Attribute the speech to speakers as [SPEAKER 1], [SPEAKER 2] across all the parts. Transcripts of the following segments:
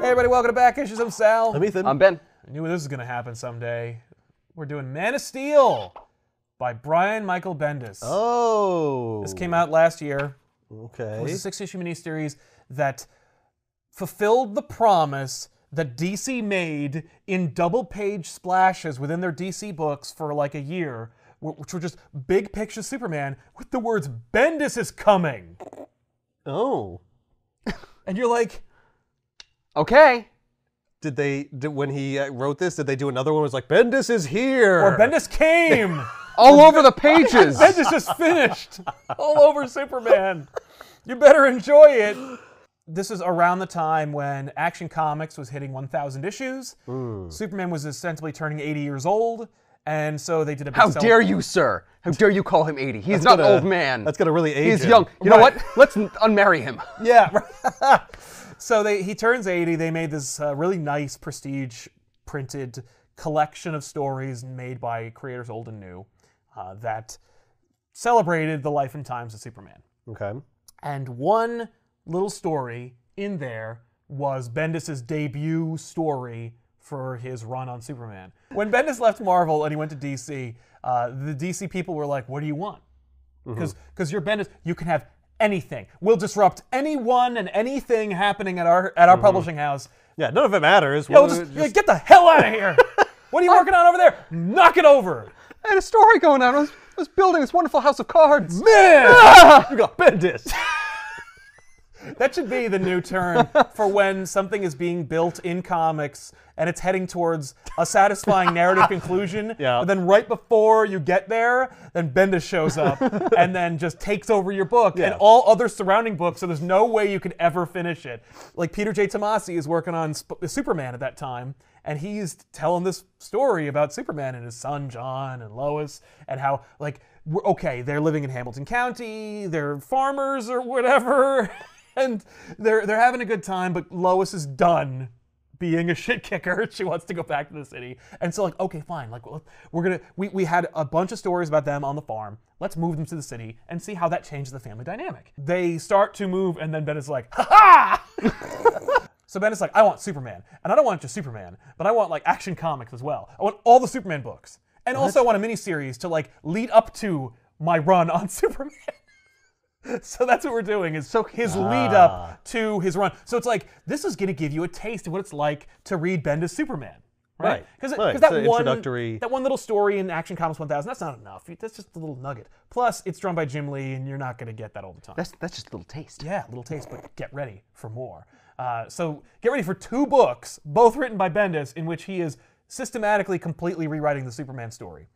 [SPEAKER 1] Hey everybody, welcome to Back Issues. I'm Sal.
[SPEAKER 2] I'm Ethan.
[SPEAKER 3] I'm Ben.
[SPEAKER 1] I knew this was gonna happen someday. We're doing Man of Steel by Brian Michael Bendis.
[SPEAKER 2] oh.
[SPEAKER 1] This came out last year. It was
[SPEAKER 2] Okay.
[SPEAKER 1] a six-issue miniseries that fulfilled the promise that DC made in double-page splashes within their DC books for like a year, wh- which were just big picture Superman with the words "Bendis is coming,"
[SPEAKER 2] Oh.
[SPEAKER 1] and you're like,
[SPEAKER 3] Okay.
[SPEAKER 2] Did they, did, when he uh, wrote this, did they do another one? It was like, Bendis is here.
[SPEAKER 1] "Or Bendis came."
[SPEAKER 3] All over the pages.
[SPEAKER 1] This is just finished all over Superman. You better enjoy it. This is around the time when Action Comics was hitting 1,000 issues. Superman was ostensibly turning 80 years old, and so they did a big
[SPEAKER 3] How
[SPEAKER 1] cel-
[SPEAKER 3] dare you, sir? How dare you call him 80? He's
[SPEAKER 2] That's
[SPEAKER 3] not
[SPEAKER 2] gonna-
[SPEAKER 3] old man.
[SPEAKER 2] That's going to really age
[SPEAKER 3] He's
[SPEAKER 2] him.
[SPEAKER 3] young. You know
[SPEAKER 1] Right.
[SPEAKER 3] what? Let's n- unmarry him.
[SPEAKER 1] Yeah. right. so they he turns 80. They made this uh, really nice prestige printed collection of stories made by creators old and new uh, that celebrated the life and times of Superman.
[SPEAKER 2] Okay.
[SPEAKER 1] And one little story in there was Bendis' debut story for his run on Superman. When Bendis left Marvel and he went to DC, uh, the DC people were like, What do you want? Because you're Bendis, you can have anything. We'll disrupt anyone and anything happening at our at our publishing house.
[SPEAKER 2] Yeah, none of it matters.
[SPEAKER 1] Yeah,
[SPEAKER 2] We'll
[SPEAKER 1] we'll just,
[SPEAKER 2] just-
[SPEAKER 1] you're like, get the hell out of here. what are you working on over there? Knock it over.
[SPEAKER 3] I had a story going on. I was, I was building this wonderful house of cards.
[SPEAKER 1] Man!
[SPEAKER 2] you got Bendis.
[SPEAKER 1] That should be the new term for when something is being built in comics and it's heading towards a satisfying narrative conclusion.
[SPEAKER 2] Yeah.
[SPEAKER 1] But then right before you get there, then Bendis shows up and then just takes over your book and
[SPEAKER 2] Yeah.
[SPEAKER 1] all other surrounding books. So there's no way you could ever finish it. Like Peter J. Tomasi is working on Sp- Superman at that time. And he's telling this story about Superman and his son John and Lois and how like we're- okay they're living in Hamilton County they're farmers or whatever and they're they're having a good time but Lois is done being a shit kicker she wants to go back to the city and so like okay fine like well, we're gonna we, we had a bunch of stories about them on the farm let's move them to the city and see how that changes the family dynamic they start to move and then ben is like ha ha so ben is like i want superman and i don't want just superman but i want like action comics as well i want all the superman books and also i want a miniseries to like lead up to my run on superman so that's what we're doing is so his
[SPEAKER 2] Ah.
[SPEAKER 1] lead up to his run. So it's like this is going to give you a taste of what it's like to read Bendis Superman, right?
[SPEAKER 2] Right, right.
[SPEAKER 1] that
[SPEAKER 2] It's a
[SPEAKER 1] one
[SPEAKER 2] introductory-
[SPEAKER 1] that one little story in Action Comics 1000 that's not enough. That's just a little nugget. Plus, it's drawn by Jim Lee, and you're not going to get that all the time.
[SPEAKER 3] That's, that's just a little taste.
[SPEAKER 1] yeah, little taste, but get ready for more. Uh, so get ready for two books, both written by Bendis, in which he is systematically completely rewriting the Superman story.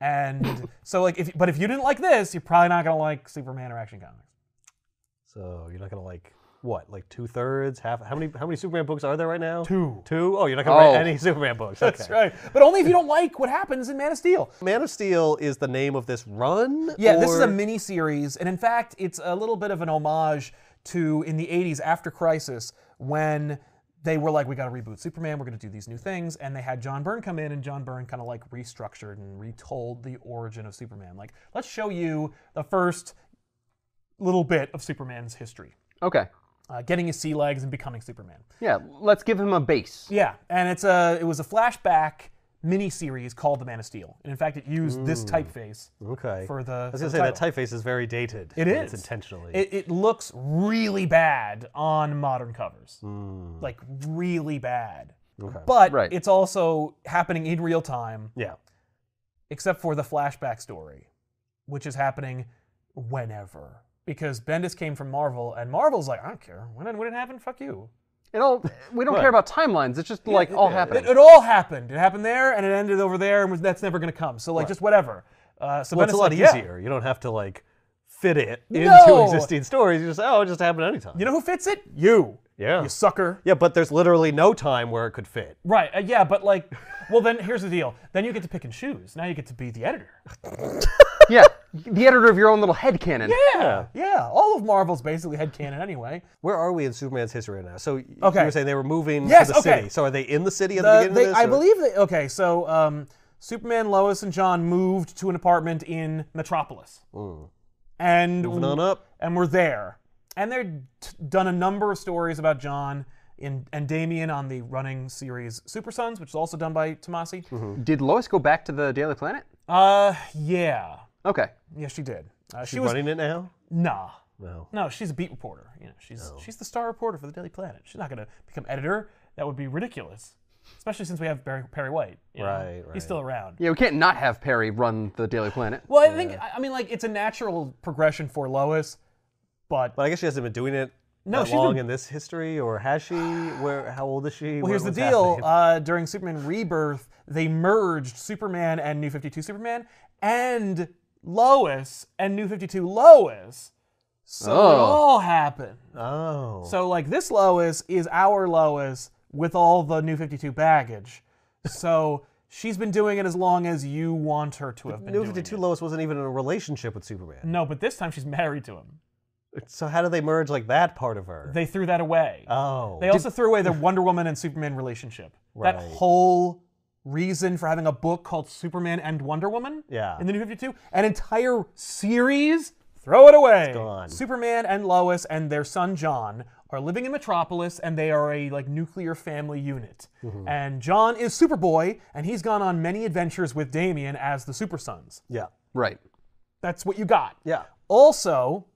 [SPEAKER 1] And so, like, if but if you didn't like this, you're probably not going to like Superman or Action Comics.
[SPEAKER 2] So you're not gonna like what, like two thirds, half? How many? How many Superman books are there right now?
[SPEAKER 1] Two.
[SPEAKER 2] Two? Oh, you're not gonna
[SPEAKER 3] Oh.
[SPEAKER 2] read any Superman books. Okay.
[SPEAKER 1] That's right. But only if you don't like what happens in Man of Steel.
[SPEAKER 2] Man of Steel is the name of this run.
[SPEAKER 1] Yeah, this is a
[SPEAKER 2] or-
[SPEAKER 1] mini series, and in fact, it's a little bit of an homage to in the '80s after Crisis when they were like, "We got to reboot Superman. We're going to do these new things," and they had John Byrne come in, and John Byrne kind of like restructured and retold the origin of Superman. Like, let's show you the first little bit of Superman's history,
[SPEAKER 3] Okay.
[SPEAKER 1] uh, getting his sea legs and becoming Superman.
[SPEAKER 3] Yeah, let's give him a base.
[SPEAKER 1] Yeah, and it's a it was a flashback miniseries called The Man of Steel, and in fact, it used this typeface
[SPEAKER 2] Okay.
[SPEAKER 1] for the.
[SPEAKER 2] I was gonna say that typeface is very dated.
[SPEAKER 1] It
[SPEAKER 2] and It's
[SPEAKER 1] is.
[SPEAKER 2] intentionally.
[SPEAKER 1] It, it looks really bad on modern covers,
[SPEAKER 2] Mm-hmm.
[SPEAKER 1] like really bad.
[SPEAKER 2] Mm, Okay.
[SPEAKER 1] But
[SPEAKER 3] Right.
[SPEAKER 1] it's also happening in real time,
[SPEAKER 2] yeah.
[SPEAKER 1] except for the flashback story, which is happening whenever. Because Bendis came from Marvel, and Marvel's like, I don't care. When it, when it happened, fuck you.
[SPEAKER 3] It all, we don't
[SPEAKER 2] Right.
[SPEAKER 3] care about timelines. It's just like all happening.
[SPEAKER 1] It, it all happened. It happened there, and it ended over there, and was, that's never going to come. So, like, just whatever. Uh, so
[SPEAKER 2] Well,
[SPEAKER 1] Bendis
[SPEAKER 2] it's a lot
[SPEAKER 1] like, "Yeah."
[SPEAKER 2] easier. You don't have to like fit it into
[SPEAKER 1] No!
[SPEAKER 2] existing stories. You just oh, it just happened anytime.
[SPEAKER 1] You know who fits it? You.
[SPEAKER 2] Yeah.
[SPEAKER 1] You sucker.
[SPEAKER 2] Yeah, but there's literally no time where it could fit.
[SPEAKER 1] Right. Uh, yeah, but like, well, then here's the deal. Then you get to pick and choose. Now you get to be the editor.
[SPEAKER 3] yeah, the editor of your own little headcanon.
[SPEAKER 1] Yeah. Yeah. All of Marvel's basically headcanon anyway.
[SPEAKER 2] Where are we in Superman's history right now? So
[SPEAKER 1] Okay.
[SPEAKER 2] you were saying they were moving
[SPEAKER 1] Yes,
[SPEAKER 2] to the
[SPEAKER 1] okay.
[SPEAKER 2] city. So are they in the city at the
[SPEAKER 1] Uh,
[SPEAKER 2] beginning
[SPEAKER 1] they,
[SPEAKER 2] of this?
[SPEAKER 1] I
[SPEAKER 2] or-
[SPEAKER 1] believe that. Okay, so um, Superman, Lois, and John moved to an apartment in Metropolis. And
[SPEAKER 2] Moving on up.
[SPEAKER 1] and we're there. And they've t- done a number of stories about John in, and Damien on the running series Super Sons, which is also done by Tomasi.
[SPEAKER 3] Did Lois go back to the Daily Planet?
[SPEAKER 1] Uh, yeah,
[SPEAKER 3] Okay.
[SPEAKER 1] yeah, she did. Uh, she
[SPEAKER 2] You
[SPEAKER 1] was
[SPEAKER 2] running it now?
[SPEAKER 1] nah,
[SPEAKER 2] No.
[SPEAKER 1] no, she's a beat reporter. You know, she's she's the star reporter for the Daily Planet. She's not gonna become editor. That would be ridiculous, especially since we have Barry, Perry White. you know?
[SPEAKER 2] Right, right.
[SPEAKER 1] He's still around.
[SPEAKER 3] Yeah, we can't not have Perry run the Daily Planet.
[SPEAKER 1] Well, I think I- I mean like it's a natural progression for Lois, but
[SPEAKER 2] But I guess she hasn't been doing it
[SPEAKER 1] No,
[SPEAKER 2] that
[SPEAKER 1] she's
[SPEAKER 2] long
[SPEAKER 1] been-
[SPEAKER 2] in this history, or has she? Where? How old is she?
[SPEAKER 1] Well, here's the deal. Uh, during Superman Rebirth, they merged Superman and New 52 Superman and Lois and New 52 Lois. So it
[SPEAKER 3] Oh.
[SPEAKER 1] all happened.
[SPEAKER 2] oh,
[SPEAKER 1] So, like, this Lois is our Lois with all the New 52 baggage. So she's been doing it as long as you want her to have been
[SPEAKER 2] New
[SPEAKER 1] doing
[SPEAKER 2] Fifty Two
[SPEAKER 1] it.
[SPEAKER 2] Lois wasn't even in a relationship with Superman.
[SPEAKER 1] No, but this time she's married to him.
[SPEAKER 2] So how do they merge like that part of her?
[SPEAKER 1] They threw that away.
[SPEAKER 2] oh,
[SPEAKER 1] They also threw away the Wonder Woman and Superman relationship. That
[SPEAKER 2] Right.
[SPEAKER 1] whole reason for having a book called Superman and Wonder Woman
[SPEAKER 2] Yeah.
[SPEAKER 1] in the New 52, an entire series, throw it away.
[SPEAKER 2] gone.
[SPEAKER 1] Superman and Lois and their son John are living in Metropolis and they are a like nuclear family unit.
[SPEAKER 2] Mm-hmm.
[SPEAKER 1] And John is Superboy and he's gone on many adventures with Damien as the Super Sons.
[SPEAKER 2] yeah,
[SPEAKER 3] Right.
[SPEAKER 1] That's what you got.
[SPEAKER 2] yeah.
[SPEAKER 1] Also,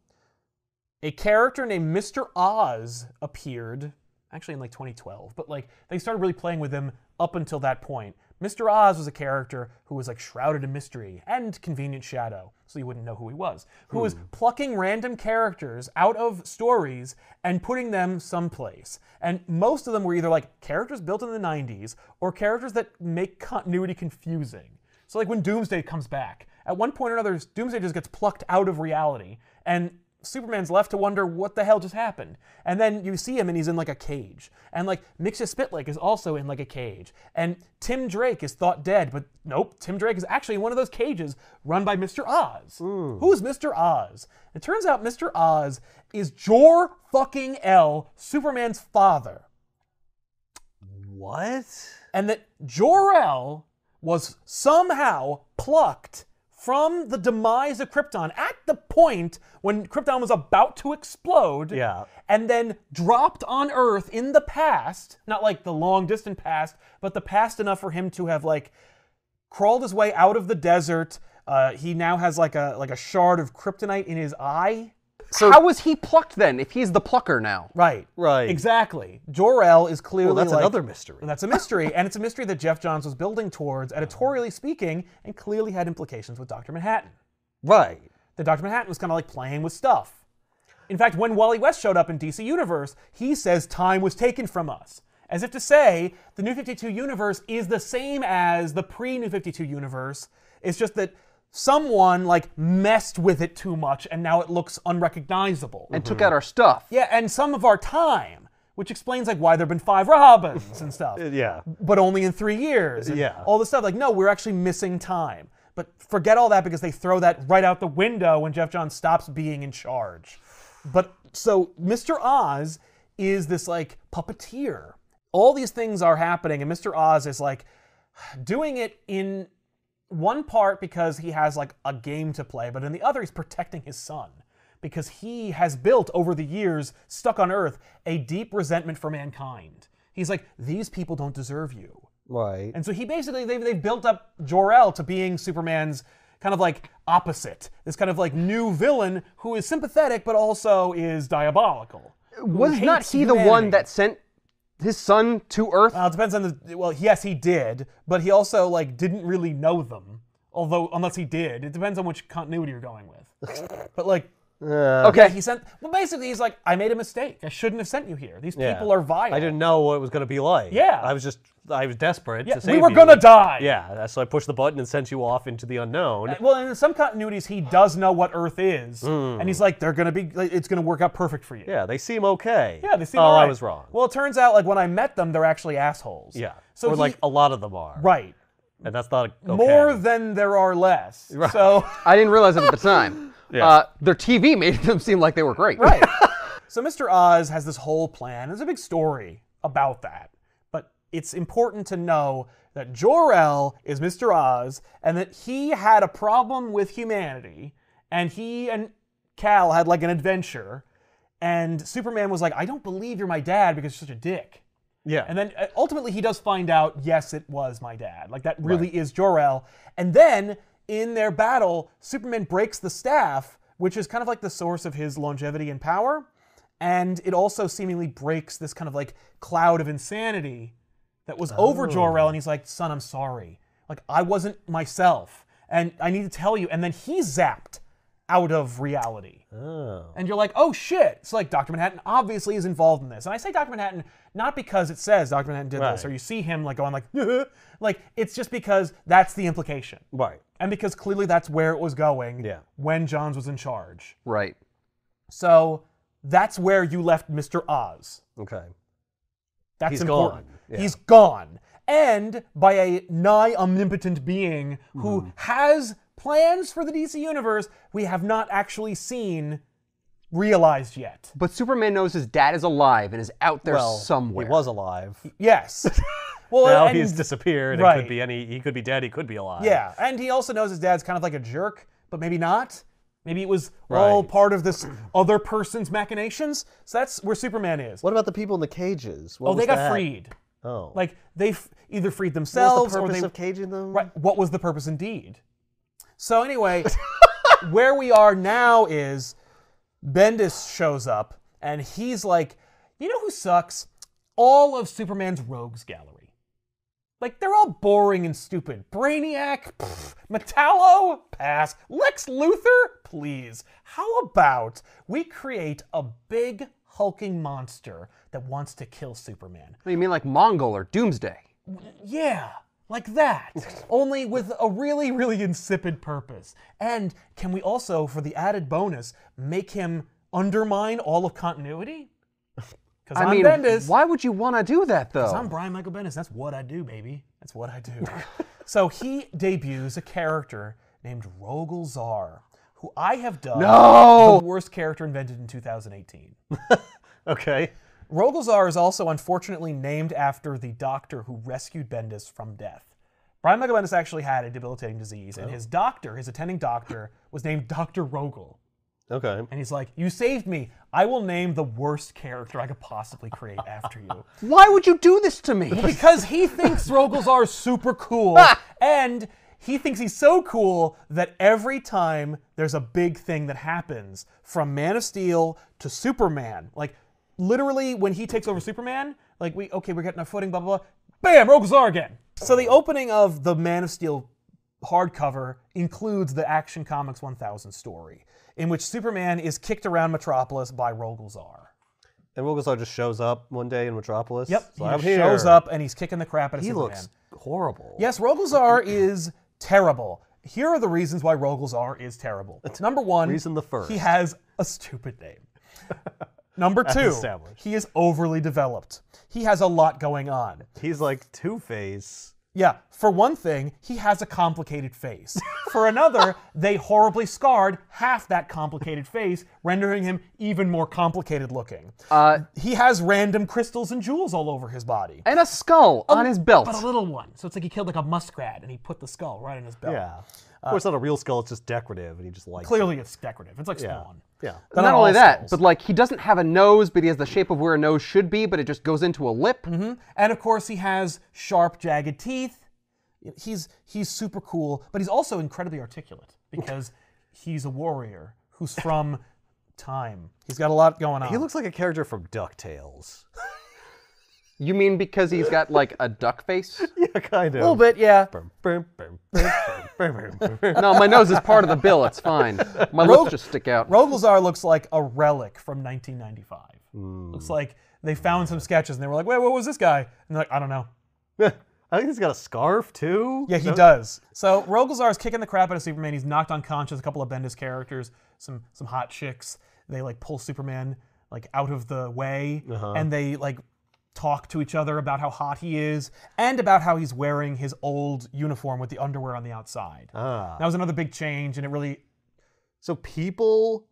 [SPEAKER 1] a character named Mr. Oz appeared, actually in like 2012, but like they started really playing with him up until that point. Mr. Oz was a character who was like shrouded in mystery and convenient shadow, so you wouldn't know who he was, who was plucking random characters out of stories and putting them someplace. And most of them were either like characters built in the 90s or characters that make continuity confusing. So like when Doomsday comes back, at one point or another, Doomsday just gets plucked out of reality, and Superman's left to wonder what the hell just happened. And then you see him, and he's in like a cage, and like Mixia Spitlake is also in like a cage, and Tim Drake is thought dead, but nope, Tim Drake is actually in one of those cages run by Mr. Oz. Who is Mr. Oz? It turns out Mr. Oz is Jor fucking L, Superman's father
[SPEAKER 2] What?
[SPEAKER 1] and that Jor-El was somehow plucked from the demise of Krypton at the point when Krypton was about to explode.
[SPEAKER 2] Yeah.
[SPEAKER 1] And then dropped on Earth in the past, not like the long distant past, but the past enough for him to have like crawled his way out of the desert. Uh, he now has like a like a shard of kryptonite in his eye.
[SPEAKER 3] How was he plucked then? If he's the plucker now,
[SPEAKER 1] Right.
[SPEAKER 2] Right.
[SPEAKER 1] Exactly. Jor-El is clearly
[SPEAKER 2] Well, that's
[SPEAKER 1] like-
[SPEAKER 2] another mystery.
[SPEAKER 1] and that's a mystery, and it's a mystery that Jeff Johns was building towards, editorially speaking, and clearly had implications with Dr. Manhattan.
[SPEAKER 2] Right.
[SPEAKER 1] That Dr. Manhattan was kind of like playing with stuff. In fact, when Wally West showed up in DC Universe, he says time was taken from us. As if to say, the New 52 universe is the same as the pre New 52 universe. It's just that someone like messed with it too much and now it looks unrecognizable.
[SPEAKER 3] and
[SPEAKER 2] Mm-hmm.
[SPEAKER 3] took out our stuff.
[SPEAKER 1] yeah, and some of our time, which explains like why there've been five Robins and stuff
[SPEAKER 2] Yeah.
[SPEAKER 1] but only in three years. and
[SPEAKER 2] Yeah.
[SPEAKER 1] All this stuff. Like, no, we're actually missing time. But forget all that because they throw that right out the window when Jeff Johns stops being in charge. But so Mr. Oz is this like puppeteer. All these things are happening, and Mr. Oz is like doing it in one part because he has like a game to play, but in the other, he's protecting his son because he has built over the years, stuck on Earth, a deep resentment for mankind. He's like, these people don't deserve you.
[SPEAKER 2] Right.
[SPEAKER 1] And so he basically, they've, they've built up Jor-El to being Superman's kind of like opposite, this kind of like new villain who is sympathetic but also is diabolical.
[SPEAKER 3] Was
[SPEAKER 1] Who
[SPEAKER 3] not
[SPEAKER 1] hates
[SPEAKER 3] he the one
[SPEAKER 1] humanity. Uh,
[SPEAKER 3] that sent his son to Earth?
[SPEAKER 1] Well, it depends on the. Well, yes, he did, but he also like didn't really know them. Although, unless he did, it depends on which continuity you're going with. but like,
[SPEAKER 3] okay.
[SPEAKER 1] he sent. Well, basically, he's like, I made a mistake. I shouldn't have sent you here. These
[SPEAKER 2] Yeah.
[SPEAKER 1] people are vile.
[SPEAKER 2] I didn't know what it was going to be like.
[SPEAKER 1] Yeah.
[SPEAKER 2] I was just, I was desperate. to
[SPEAKER 1] we
[SPEAKER 2] save
[SPEAKER 1] were
[SPEAKER 2] you.
[SPEAKER 1] gonna die.
[SPEAKER 2] Yeah. So I pushed the button and sent you off into the unknown.
[SPEAKER 1] Well, and in some continuities, he does know what Earth is, and he's like, they're gonna be. Like, it's gonna work out perfect for you.
[SPEAKER 2] Hmm. yeah. They seem okay.
[SPEAKER 1] Yeah, they seem.
[SPEAKER 2] Oh, I
[SPEAKER 1] alright.
[SPEAKER 2] was wrong.
[SPEAKER 1] Well, it turns out like when I met them, they're actually assholes.
[SPEAKER 2] yeah.
[SPEAKER 1] So
[SPEAKER 2] or
[SPEAKER 1] he-
[SPEAKER 2] like a lot of them are.
[SPEAKER 1] right.
[SPEAKER 2] And that's not okay.
[SPEAKER 1] More than there are less. So.
[SPEAKER 3] I didn't realize it at the time. Uh, their TV made them seem like they were great.
[SPEAKER 1] Right. so Mr. Oz has this whole plan. There's a big story about that. But it's important to know that Jor-El is Mr. Oz and that he had a problem with humanity and he and Cal had like an adventure and Superman was like I don't believe you're my dad because you're such a dick.
[SPEAKER 2] Yeah.
[SPEAKER 1] And then uh, ultimately he does find out, yes, it was my dad. Like that really is Jor-El. And then in their battle, Superman breaks the staff, which is kind of like the source of his longevity and power. And it also seemingly breaks this kind of like cloud of insanity that was over Jor-El. And he's like, son, I'm sorry. Like I wasn't myself. And I need to tell you. And then he's zapped out of reality. And you're like, oh shit. So like Dr. Manhattan obviously is involved in this. And I say Dr. Manhattan not because it says Dr. Manhattan did this, or
[SPEAKER 2] Right.
[SPEAKER 1] you see him like going like, like it's just because that's the implication.
[SPEAKER 2] right.
[SPEAKER 1] And because clearly that's where it was going
[SPEAKER 2] Yeah.
[SPEAKER 1] when Johns was in charge.
[SPEAKER 3] Right.
[SPEAKER 1] So that's where you left Mr. Oz.
[SPEAKER 2] Okay.
[SPEAKER 1] That's
[SPEAKER 2] He's
[SPEAKER 1] important.
[SPEAKER 2] gone, yeah.
[SPEAKER 1] He's gone. And by a nigh omnipotent being who
[SPEAKER 2] Mm-hmm.
[SPEAKER 1] has plans for the DC universe we have not actually seen realized yet.
[SPEAKER 3] But Superman knows his dad is alive and is out there
[SPEAKER 2] Well,
[SPEAKER 3] somewhere.
[SPEAKER 2] he was alive.
[SPEAKER 1] Yes. Well,
[SPEAKER 2] now
[SPEAKER 1] and-
[SPEAKER 2] he's disappeared. It
[SPEAKER 1] right.
[SPEAKER 2] could be any. He could be dead. He could be alive.
[SPEAKER 1] yeah, and he also knows his dad's kind of like a jerk, but maybe not. Maybe it was all
[SPEAKER 2] Right.
[SPEAKER 1] part of this other person's machinations. So that's where Superman is.
[SPEAKER 4] What about the people in the cages? What
[SPEAKER 1] oh, they
[SPEAKER 4] was
[SPEAKER 1] got
[SPEAKER 4] that?
[SPEAKER 1] freed.
[SPEAKER 4] Oh.
[SPEAKER 1] Like they f- either freed
[SPEAKER 4] what was
[SPEAKER 1] themselves
[SPEAKER 4] the
[SPEAKER 1] or
[SPEAKER 4] purpose
[SPEAKER 1] they
[SPEAKER 4] of caging them?
[SPEAKER 1] Right. What was the purpose indeed? So anyway, where we are now is Bendis shows up and he's like, you know who sucks? All of Superman's rogues gallery. Like they're all boring and stupid. Brainiac, pff, Metallo, pass. Lex Luthor, please. How about we create a big hulking monster that wants to kill Superman?
[SPEAKER 3] What do you mean like Mongol or Doomsday?
[SPEAKER 1] Yeah, like that. Only with a really, really insipid purpose. And can we also, for the added bonus, make him undermine all of continuity? Because
[SPEAKER 3] I
[SPEAKER 1] I'm
[SPEAKER 3] mean,
[SPEAKER 1] Bendis.
[SPEAKER 3] why would you want to do that though?
[SPEAKER 1] I'm Brian Michael Bendis. That's what I do, baby. That's what I do. so he debuts a character named Rogel Czar, who I have done the worst character invented in 2018.
[SPEAKER 2] Okay.
[SPEAKER 1] Rogelzar is also unfortunately named after the doctor who rescued Bendis from death. Brian Michael Bendis actually had a debilitating disease, and his doctor, his attending doctor, was named Dr. Rogel.
[SPEAKER 2] Okay.
[SPEAKER 1] And he's like, You saved me. I will name the worst character I could possibly create after you.
[SPEAKER 3] Why would you do this to me?
[SPEAKER 1] because he thinks Rogelzar is super cool, and he thinks he's so cool that every time there's a big thing that happens, from Man of Steel to Superman, like literally when he takes over Superman, like we okay, we're getting our footing, blah blah blah, bam, Rogelzar again. So the opening of the Man of Steel hardcover includes the Action Comics 1000 story, in which Superman is kicked around Metropolis by Rogelzar.
[SPEAKER 2] And Rogozar just shows up one day in Metropolis.
[SPEAKER 1] Yep,
[SPEAKER 2] So
[SPEAKER 1] he
[SPEAKER 2] I'm
[SPEAKER 1] just
[SPEAKER 2] here.
[SPEAKER 1] shows up and he's kicking the crap out of
[SPEAKER 2] He
[SPEAKER 1] Superman.
[SPEAKER 2] looks horrible.
[SPEAKER 1] Yes, Rogelzar is terrible. Here are the reasons why Rogelzar is terrible. Number one,
[SPEAKER 2] reason the first.
[SPEAKER 1] he has a stupid name. Number two,
[SPEAKER 2] established.
[SPEAKER 1] he is overly developed. He has a lot going on.
[SPEAKER 2] He's like Two Face.
[SPEAKER 1] Yeah, for one thing, he has a complicated face. For another, they horribly scarred half that complicated face, rendering him even more complicated looking.
[SPEAKER 3] Uh,
[SPEAKER 1] He has random crystals and jewels all over his body.
[SPEAKER 3] and a skull on his belt.
[SPEAKER 1] But a little one. So it's like he killed like a muskrat and he put the skull right in his belt.
[SPEAKER 2] Yeah.
[SPEAKER 1] Uh,
[SPEAKER 2] Of course, not a real skull. It's just decorative, and he just likes.
[SPEAKER 1] clearly it's decorative. It's like Spawn.
[SPEAKER 2] Yeah.
[SPEAKER 1] But
[SPEAKER 3] Not
[SPEAKER 1] on Uh,
[SPEAKER 3] only
[SPEAKER 1] all
[SPEAKER 3] that,
[SPEAKER 1] skulls.
[SPEAKER 3] but like he doesn't have a nose, but he has the shape of where a nose should be, but it just goes into a lip.
[SPEAKER 1] Mm-hmm. and of course he has sharp, jagged teeth. He's he's super cool, but he's also incredibly articulate because he's a warrior who's from time. He's got a lot going on.
[SPEAKER 2] He looks like a character from Ducktales.
[SPEAKER 3] You mean because he's got like a duck face?
[SPEAKER 2] yeah, kind of.
[SPEAKER 1] a little bit, yeah.
[SPEAKER 3] no, my nose is part of the bill. It's fine. My lips just stick out.
[SPEAKER 1] Rogelzar looks like a relic from 1995.
[SPEAKER 3] Hmm.
[SPEAKER 1] Looks like they found some sketches and they were like, "Wait, what was this guy?" And they're like, "I don't know."
[SPEAKER 2] I think he's got a scarf too.
[SPEAKER 1] Yeah, he does. So Rogelzar is kicking the crap out of Superman. He's knocked unconscious. A couple of Bendis characters, some some hot chicks. They like pull Superman like out of the way, and they like talk to each other about how hot he is and about how he's wearing his old uniform with the underwear on the outside.
[SPEAKER 2] Ah.
[SPEAKER 1] That was another big change, and it really
[SPEAKER 2] So people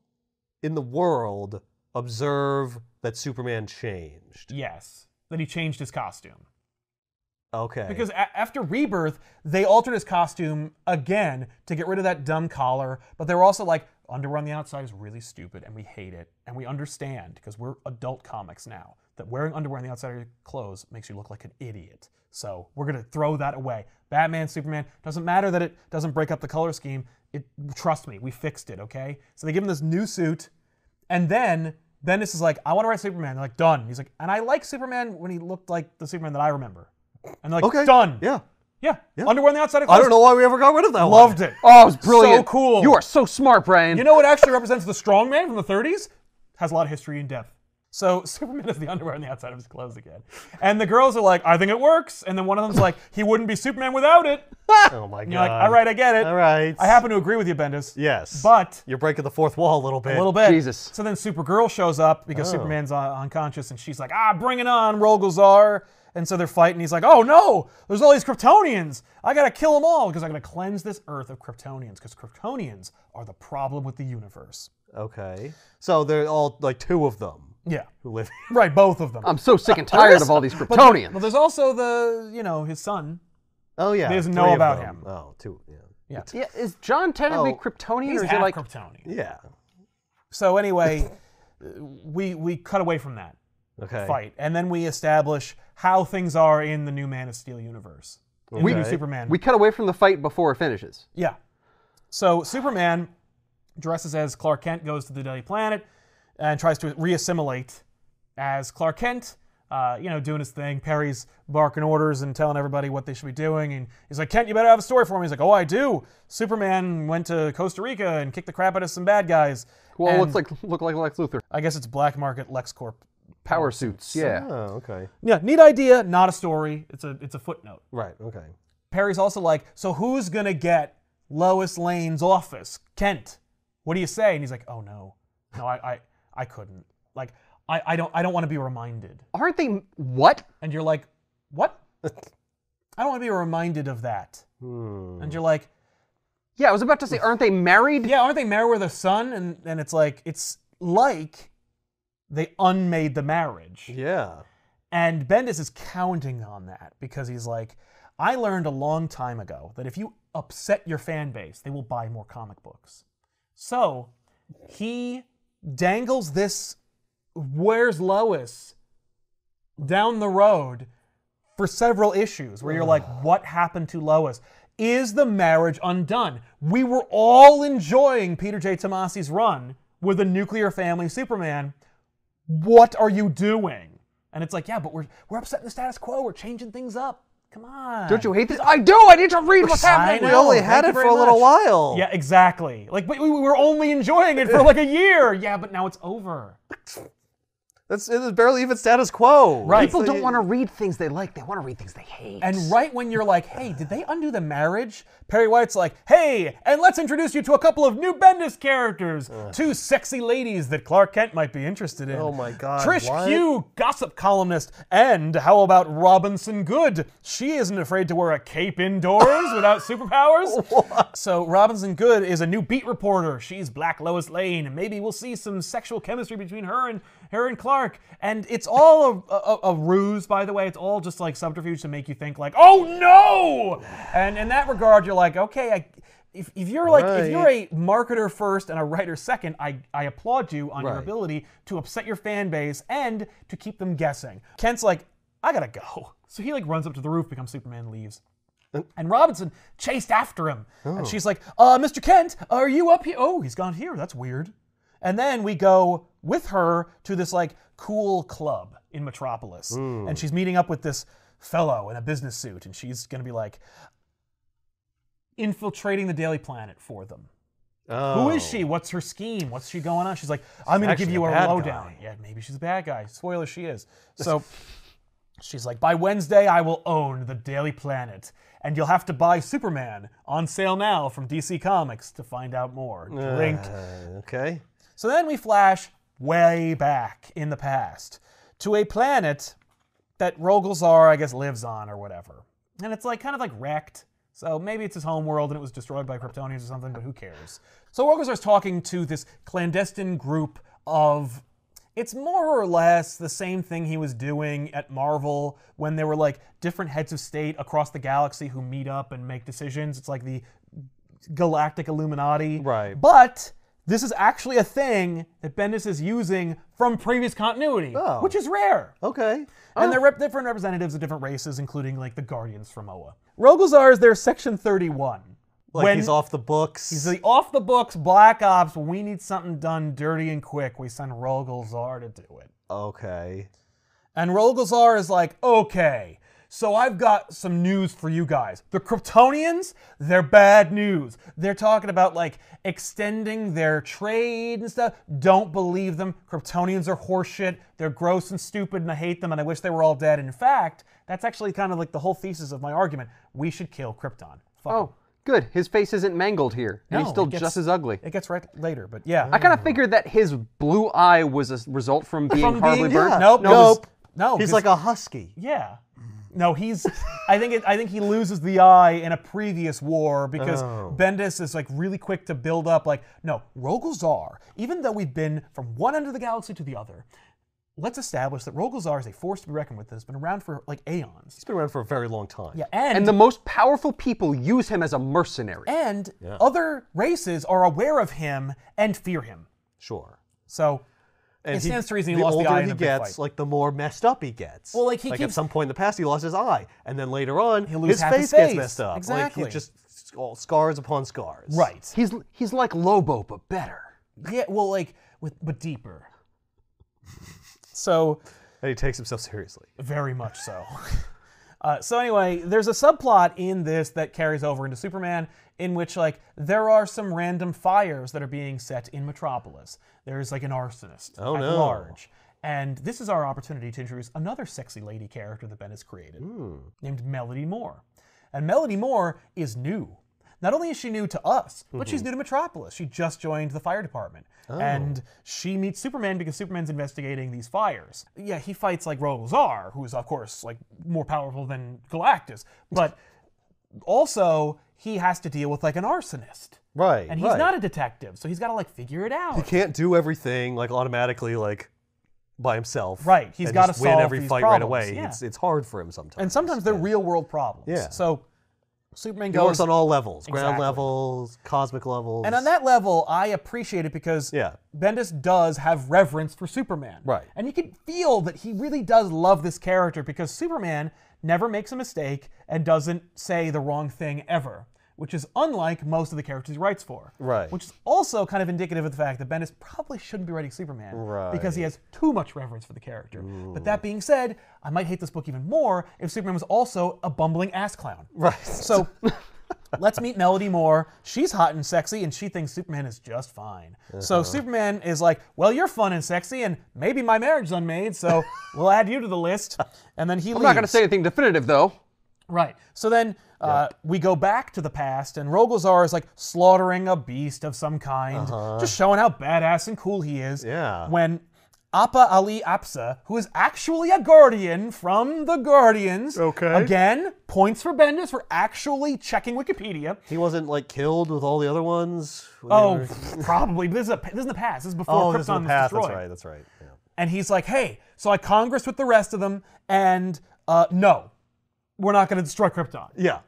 [SPEAKER 2] in the world observe that Superman changed.
[SPEAKER 1] yes that he changed his costume.
[SPEAKER 2] Okay.
[SPEAKER 1] Because a- after Rebirth, they altered his costume again to get rid of that dumb collar, but they were also like, underwear on the outside is really stupid and we hate it. And we understand because we're adult comics now that wearing underwear on the outside of your clothes makes you look like an idiot. So we're going to throw that away. Batman, Superman, doesn't matter that it doesn't break up the color scheme. It, trust me, we fixed it, okay? So they give him this new suit. And then Bendis is like, I want to write Superman. They're like, done. He's like, and I like Superman when he looked like the Superman that I remember. And they're like,
[SPEAKER 2] okay.
[SPEAKER 1] done.
[SPEAKER 2] Yeah.
[SPEAKER 1] Yeah. Underwear on the outside of
[SPEAKER 2] I
[SPEAKER 1] clothes.
[SPEAKER 2] don't know why we ever got rid of that one.
[SPEAKER 1] Loved it.
[SPEAKER 3] Oh, it was brilliant.
[SPEAKER 1] So cool.
[SPEAKER 3] You are so smart, Brian.
[SPEAKER 1] You know what actually represents the strong man from the 30s? Has a lot of history and depth. So Superman has the underwear on the outside of his clothes again. And the girls are like, I think it works. And then one of them's like, he wouldn't be Superman without it.
[SPEAKER 2] Oh my god.
[SPEAKER 1] You're like, all right, I get it.
[SPEAKER 2] All right.
[SPEAKER 1] I happen to agree with you, Bendis.
[SPEAKER 2] Yes.
[SPEAKER 1] But
[SPEAKER 2] you're breaking the fourth wall a little bit.
[SPEAKER 1] a little bit.
[SPEAKER 3] Jesus. Oh.
[SPEAKER 1] So then Supergirl shows up because Superman's uh, unconscious, and she's like, "Ah, bring it on, Rogulzar." And so they're fighting. He's like, "Oh no, there's all these Kryptonians. I gotta kill them all because I gotta cleanse this Earth of Kryptonians because Kryptonians are the problem with the universe."
[SPEAKER 2] Okay. So they're all like two of them
[SPEAKER 1] Yeah,
[SPEAKER 2] who live.
[SPEAKER 1] right. Both of them.
[SPEAKER 3] I'm so sick and tired of all these Kryptonians.
[SPEAKER 1] well, there's also the you know his son.
[SPEAKER 2] Oh yeah.
[SPEAKER 1] He doesn't know
[SPEAKER 2] three of
[SPEAKER 1] about
[SPEAKER 2] them.
[SPEAKER 1] him.
[SPEAKER 2] Oh, two. Yeah.
[SPEAKER 1] Yeah,
[SPEAKER 3] yeah, is John technically
[SPEAKER 2] Oh,
[SPEAKER 3] Kryptonian,
[SPEAKER 1] he's
[SPEAKER 3] or is
[SPEAKER 1] half
[SPEAKER 3] he like?
[SPEAKER 1] Kryptonian.
[SPEAKER 2] Yeah.
[SPEAKER 1] So anyway, uh, we we cut away from that
[SPEAKER 2] Okay.
[SPEAKER 1] fight, and then we establish how things are in the new Man of Steel universe. In
[SPEAKER 2] We-
[SPEAKER 1] the new Superman.
[SPEAKER 3] We cut away from the fight before it finishes.
[SPEAKER 1] Yeah. So Superman dresses as Clark Kent, goes to the Daily Planet, and tries to reassimilate as Clark Kent. Uh, you know, doing his thing. Perry's barking orders and telling everybody what they should be doing. And he's like, Kent, you better have a story for me. He's like, Oh, I do. Superman went to Costa Rica and kicked the crap out of some bad guys.
[SPEAKER 3] Well, it
[SPEAKER 1] And
[SPEAKER 3] looks like look like Lex Luthor.
[SPEAKER 1] I guess it's black market LexCorp.
[SPEAKER 3] Power suits. Yeah.
[SPEAKER 2] Oh, okay.
[SPEAKER 1] Yeah, neat idea, not a story. It's a it's a footnote.
[SPEAKER 2] Right. Okay.
[SPEAKER 1] Perry's also like, so who's gonna get Lois Lane's office? Kent. What do you say? And he's like, oh no, no, I, I, I couldn't. Like, I, I don't, I don't want to be reminded.
[SPEAKER 3] Aren't they what?
[SPEAKER 1] And you're like, what? I don't want to be reminded of that.
[SPEAKER 2] Hmm.
[SPEAKER 1] And you're like,
[SPEAKER 3] Yeah, I was about to say, aren't they married?
[SPEAKER 1] yeah, aren't they married with a son? And and it's like, it's like they unmade the marriage.
[SPEAKER 2] Yeah.
[SPEAKER 1] And Bendis is counting on that because he's like, I learned a long time ago that if you upset your fan base, they will buy more comic books. So he dangles this Where's Lois down the road for several issues where you're like, what happened to Lois? Is the marriage undone? We were all enjoying Peter J. Tomasi's run with a nuclear family Superman. What are you doing? And it's like, yeah, but we're we're upsetting the status quo. We're changing things up. Come on.
[SPEAKER 3] Don't you hate this? I do. I need to read what's happening.
[SPEAKER 1] know.
[SPEAKER 2] We only
[SPEAKER 1] thank
[SPEAKER 2] had
[SPEAKER 1] you
[SPEAKER 2] it for
[SPEAKER 1] very
[SPEAKER 2] a little
[SPEAKER 1] much.
[SPEAKER 2] while.
[SPEAKER 1] Yeah, exactly. Like, but we we were only enjoying it for like a year. Yeah, but now it's over.
[SPEAKER 2] That's it's barely even status quo.
[SPEAKER 1] Right.
[SPEAKER 3] People don't want to read things they like. They want to read things they hate.
[SPEAKER 1] And right when you're like, hey, did they undo the marriage? Perry White's like, hey, and let's introduce you to a couple of new Bendis characters, two sexy ladies that Clark Kent might be interested in.
[SPEAKER 2] Oh my God,
[SPEAKER 1] Trish
[SPEAKER 2] what?
[SPEAKER 1] Q, gossip columnist, and how about Robinson Good? She isn't afraid to wear a cape indoors without superpowers. So Robinson Good is a new beat reporter. She's Black Lois Lane, and maybe we'll see some sexual chemistry between her and her and Clark. And it's all a, a, a ruse, by the way. It's all just like subterfuge to make you think like, oh no! And in that regard, you're like, okay, I, if, if you're like if you're a marketer first and a writer second, I, I applaud you on your
[SPEAKER 2] Right.
[SPEAKER 1] ability to upset your fan base and to keep them guessing. Kent's like, I gotta go. So he like runs up to the roof, becomes Superman, leaves. And Robinson chased after him. And she's like, uh, Mr. Kent, are you up here? Oh, he's gone here. That's weird. And then we go with her to this like cool club in Metropolis. And she's meeting up with this fellow in a business suit. And she's going to be like infiltrating the Daily Planet for them.
[SPEAKER 2] Oh.
[SPEAKER 1] Who is she? What's her scheme? What's she going on? She's like, I'm going to give
[SPEAKER 2] actually
[SPEAKER 1] you
[SPEAKER 2] a
[SPEAKER 1] a
[SPEAKER 2] bad
[SPEAKER 1] lowdown. Yeah, maybe she's a bad guy. Spoiler, she is. So she's like, by Wednesday, I will own the Daily Planet, and you'll have to buy Superman on sale now from DC Comics to find out more. Drink.
[SPEAKER 2] Uh, okay.
[SPEAKER 1] So then we flash way back in the past to a planet that Rogelzar, I guess, lives on or whatever. And it's like kind of like wrecked. So maybe it's his home world and it was destroyed by Kryptonians or something, but who cares? So Rogelzar's talking to this clandestine group of it's more or less the same thing he was doing at Marvel when there were like different heads of state across the galaxy who meet up and make decisions. It's like the galactic Illuminati.
[SPEAKER 2] Right.
[SPEAKER 1] But this is actually a thing that Bendis is using from previous continuity,
[SPEAKER 2] Oh.
[SPEAKER 1] which is rare.
[SPEAKER 2] Okay.
[SPEAKER 1] And
[SPEAKER 2] Oh.
[SPEAKER 1] they're rep- different representatives of different races, including like the Guardians from Oa. Rogelzar is their Section 31.
[SPEAKER 2] Like
[SPEAKER 1] when
[SPEAKER 2] he's off the books.
[SPEAKER 1] he's the off the books Black Ops, when we need something done dirty and quick, we send Rogelzar to do it.
[SPEAKER 2] okay.
[SPEAKER 1] And Rogelzar is like, okay, so I've got some news for you guys. The Kryptonians, they're bad news. They're talking about like extending their trade and stuff. Don't believe them. Kryptonians are horseshit. They're gross and stupid, and I hate them, and I wish they were all dead. And in fact, that's actually kind of like the whole thesis of my argument. We should kill Krypton. Fuck 'em.
[SPEAKER 3] Oh, good. His face isn't mangled here. and
[SPEAKER 1] No,
[SPEAKER 3] he's still
[SPEAKER 1] it gets-
[SPEAKER 3] just as ugly.
[SPEAKER 1] It gets right later, but yeah.
[SPEAKER 3] I kind of figured that his blue eye was a s- result from being
[SPEAKER 1] From
[SPEAKER 3] horribly
[SPEAKER 1] being-
[SPEAKER 3] burnt.
[SPEAKER 1] yeah. Nope.
[SPEAKER 3] it was-
[SPEAKER 1] Nope. No,
[SPEAKER 2] He's
[SPEAKER 1] 'cause-
[SPEAKER 2] like a husky.
[SPEAKER 1] Yeah. No, he's. I think it, I think he loses the eye in a previous war because Bendis is like really quick to build up. Like, no, Rogelzar. Even though we've been from one end of the galaxy to the other, let's establish that Rogelzar is a force to be reckoned with. That's been around for like aeons.
[SPEAKER 2] He's been around for a very long time.
[SPEAKER 1] Yeah, and
[SPEAKER 3] and the most powerful people use him as a mercenary.
[SPEAKER 1] and other races are aware of him and fear him.
[SPEAKER 2] Sure.
[SPEAKER 1] So
[SPEAKER 2] And
[SPEAKER 1] It stands to reason he
[SPEAKER 2] the
[SPEAKER 1] lost the
[SPEAKER 2] older
[SPEAKER 1] eye in
[SPEAKER 2] he
[SPEAKER 1] a big
[SPEAKER 2] gets,
[SPEAKER 1] fight.
[SPEAKER 2] like the more messed up he gets. Well,
[SPEAKER 1] like, he
[SPEAKER 2] at
[SPEAKER 1] keeps-
[SPEAKER 2] some point in the past, he lost his eye, and then later on,
[SPEAKER 1] He'll lose
[SPEAKER 2] his,
[SPEAKER 1] half
[SPEAKER 2] face
[SPEAKER 1] his
[SPEAKER 2] gets
[SPEAKER 1] face.
[SPEAKER 2] messed up.
[SPEAKER 1] Exactly.
[SPEAKER 2] Like he's just sc- scars upon scars.
[SPEAKER 1] right.
[SPEAKER 3] He's he's like Lobo but better.
[SPEAKER 1] Yeah. Well, like with but deeper. So
[SPEAKER 2] And he takes himself seriously.
[SPEAKER 1] Very much so. Uh, so anyway, there's a subplot in this that carries over into Superman, in which like there are some random fires that are being set in Metropolis. There's like an arsonist
[SPEAKER 2] Oh,
[SPEAKER 1] at
[SPEAKER 2] no.
[SPEAKER 1] large, and this is our opportunity to introduce another sexy lady character that Ben has created,
[SPEAKER 2] Hmm.
[SPEAKER 1] named Melody Moore. And Melody Moore is new. Not only is she new to us, but
[SPEAKER 2] Mm-hmm.
[SPEAKER 1] she's new to Metropolis. She just joined the fire department.
[SPEAKER 2] Oh.
[SPEAKER 1] And she meets Superman because Superman's investigating these fires. Yeah, he fights like Rogelzar, who is of course like more powerful than Galactus, but also he has to deal with like an arsonist.
[SPEAKER 2] Right.
[SPEAKER 1] And he's not a detective, so he's got to like figure it out.
[SPEAKER 2] He can't do everything like automatically, like by himself.
[SPEAKER 1] Right, he's
[SPEAKER 2] and
[SPEAKER 1] gotta
[SPEAKER 2] just win
[SPEAKER 1] solve
[SPEAKER 2] every
[SPEAKER 1] these
[SPEAKER 2] fight
[SPEAKER 1] problems,
[SPEAKER 2] right away.
[SPEAKER 1] yeah.
[SPEAKER 2] It's it's hard for him sometimes.
[SPEAKER 1] and sometimes they're real world problems.
[SPEAKER 2] Yeah.
[SPEAKER 1] So Superman
[SPEAKER 2] he
[SPEAKER 1] goes
[SPEAKER 2] works on all levels, ground
[SPEAKER 1] Exactly.
[SPEAKER 2] levels, cosmic levels.
[SPEAKER 1] And on that level, I appreciate it because
[SPEAKER 2] Yeah.
[SPEAKER 1] Bendis does have reverence for Superman.
[SPEAKER 2] Right.
[SPEAKER 1] And you can feel that he really does love this character because Superman never makes a mistake and doesn't say the wrong thing ever, which is unlike most of the characters he writes for.
[SPEAKER 2] Right.
[SPEAKER 1] Which is also kind of indicative of the fact that Bendis probably shouldn't be writing Superman
[SPEAKER 2] Right.
[SPEAKER 1] because he has too much reverence for the character. But that being said, I might hate this book even more if Superman was also a bumbling ass clown.
[SPEAKER 2] right.
[SPEAKER 1] So let's meet Melody Moore. She's hot and sexy, and she thinks Superman is just fine.
[SPEAKER 3] Uh-huh.
[SPEAKER 1] So Superman is like, Well, you're fun and sexy, and maybe my marriage's unmade, so we'll add you to the list. And then he
[SPEAKER 3] I'm not going to say anything definitive though.
[SPEAKER 1] Right. So then uh, we go back to the past, and Rogelzar is like slaughtering a beast of some kind,
[SPEAKER 3] Uh-huh.
[SPEAKER 1] just showing how badass and cool he is.
[SPEAKER 2] Yeah.
[SPEAKER 1] When Appa Ali Apsa, who is actually a guardian from the Guardians,
[SPEAKER 2] Okay.
[SPEAKER 1] again, points for Bendis for actually checking Wikipedia.
[SPEAKER 2] He wasn't like killed with all the other ones. when they
[SPEAKER 1] Oh,
[SPEAKER 2] were-
[SPEAKER 1] probably. This is, a, this is in the past. This is before
[SPEAKER 2] oh,
[SPEAKER 1] Krypton
[SPEAKER 2] this is the
[SPEAKER 1] was
[SPEAKER 2] past.
[SPEAKER 1] destroyed.
[SPEAKER 2] That's right. That's right. Yeah.
[SPEAKER 1] And he's like, hey, so I congressed with the rest of them, and uh, no, we're not going to destroy Krypton.
[SPEAKER 2] Yeah.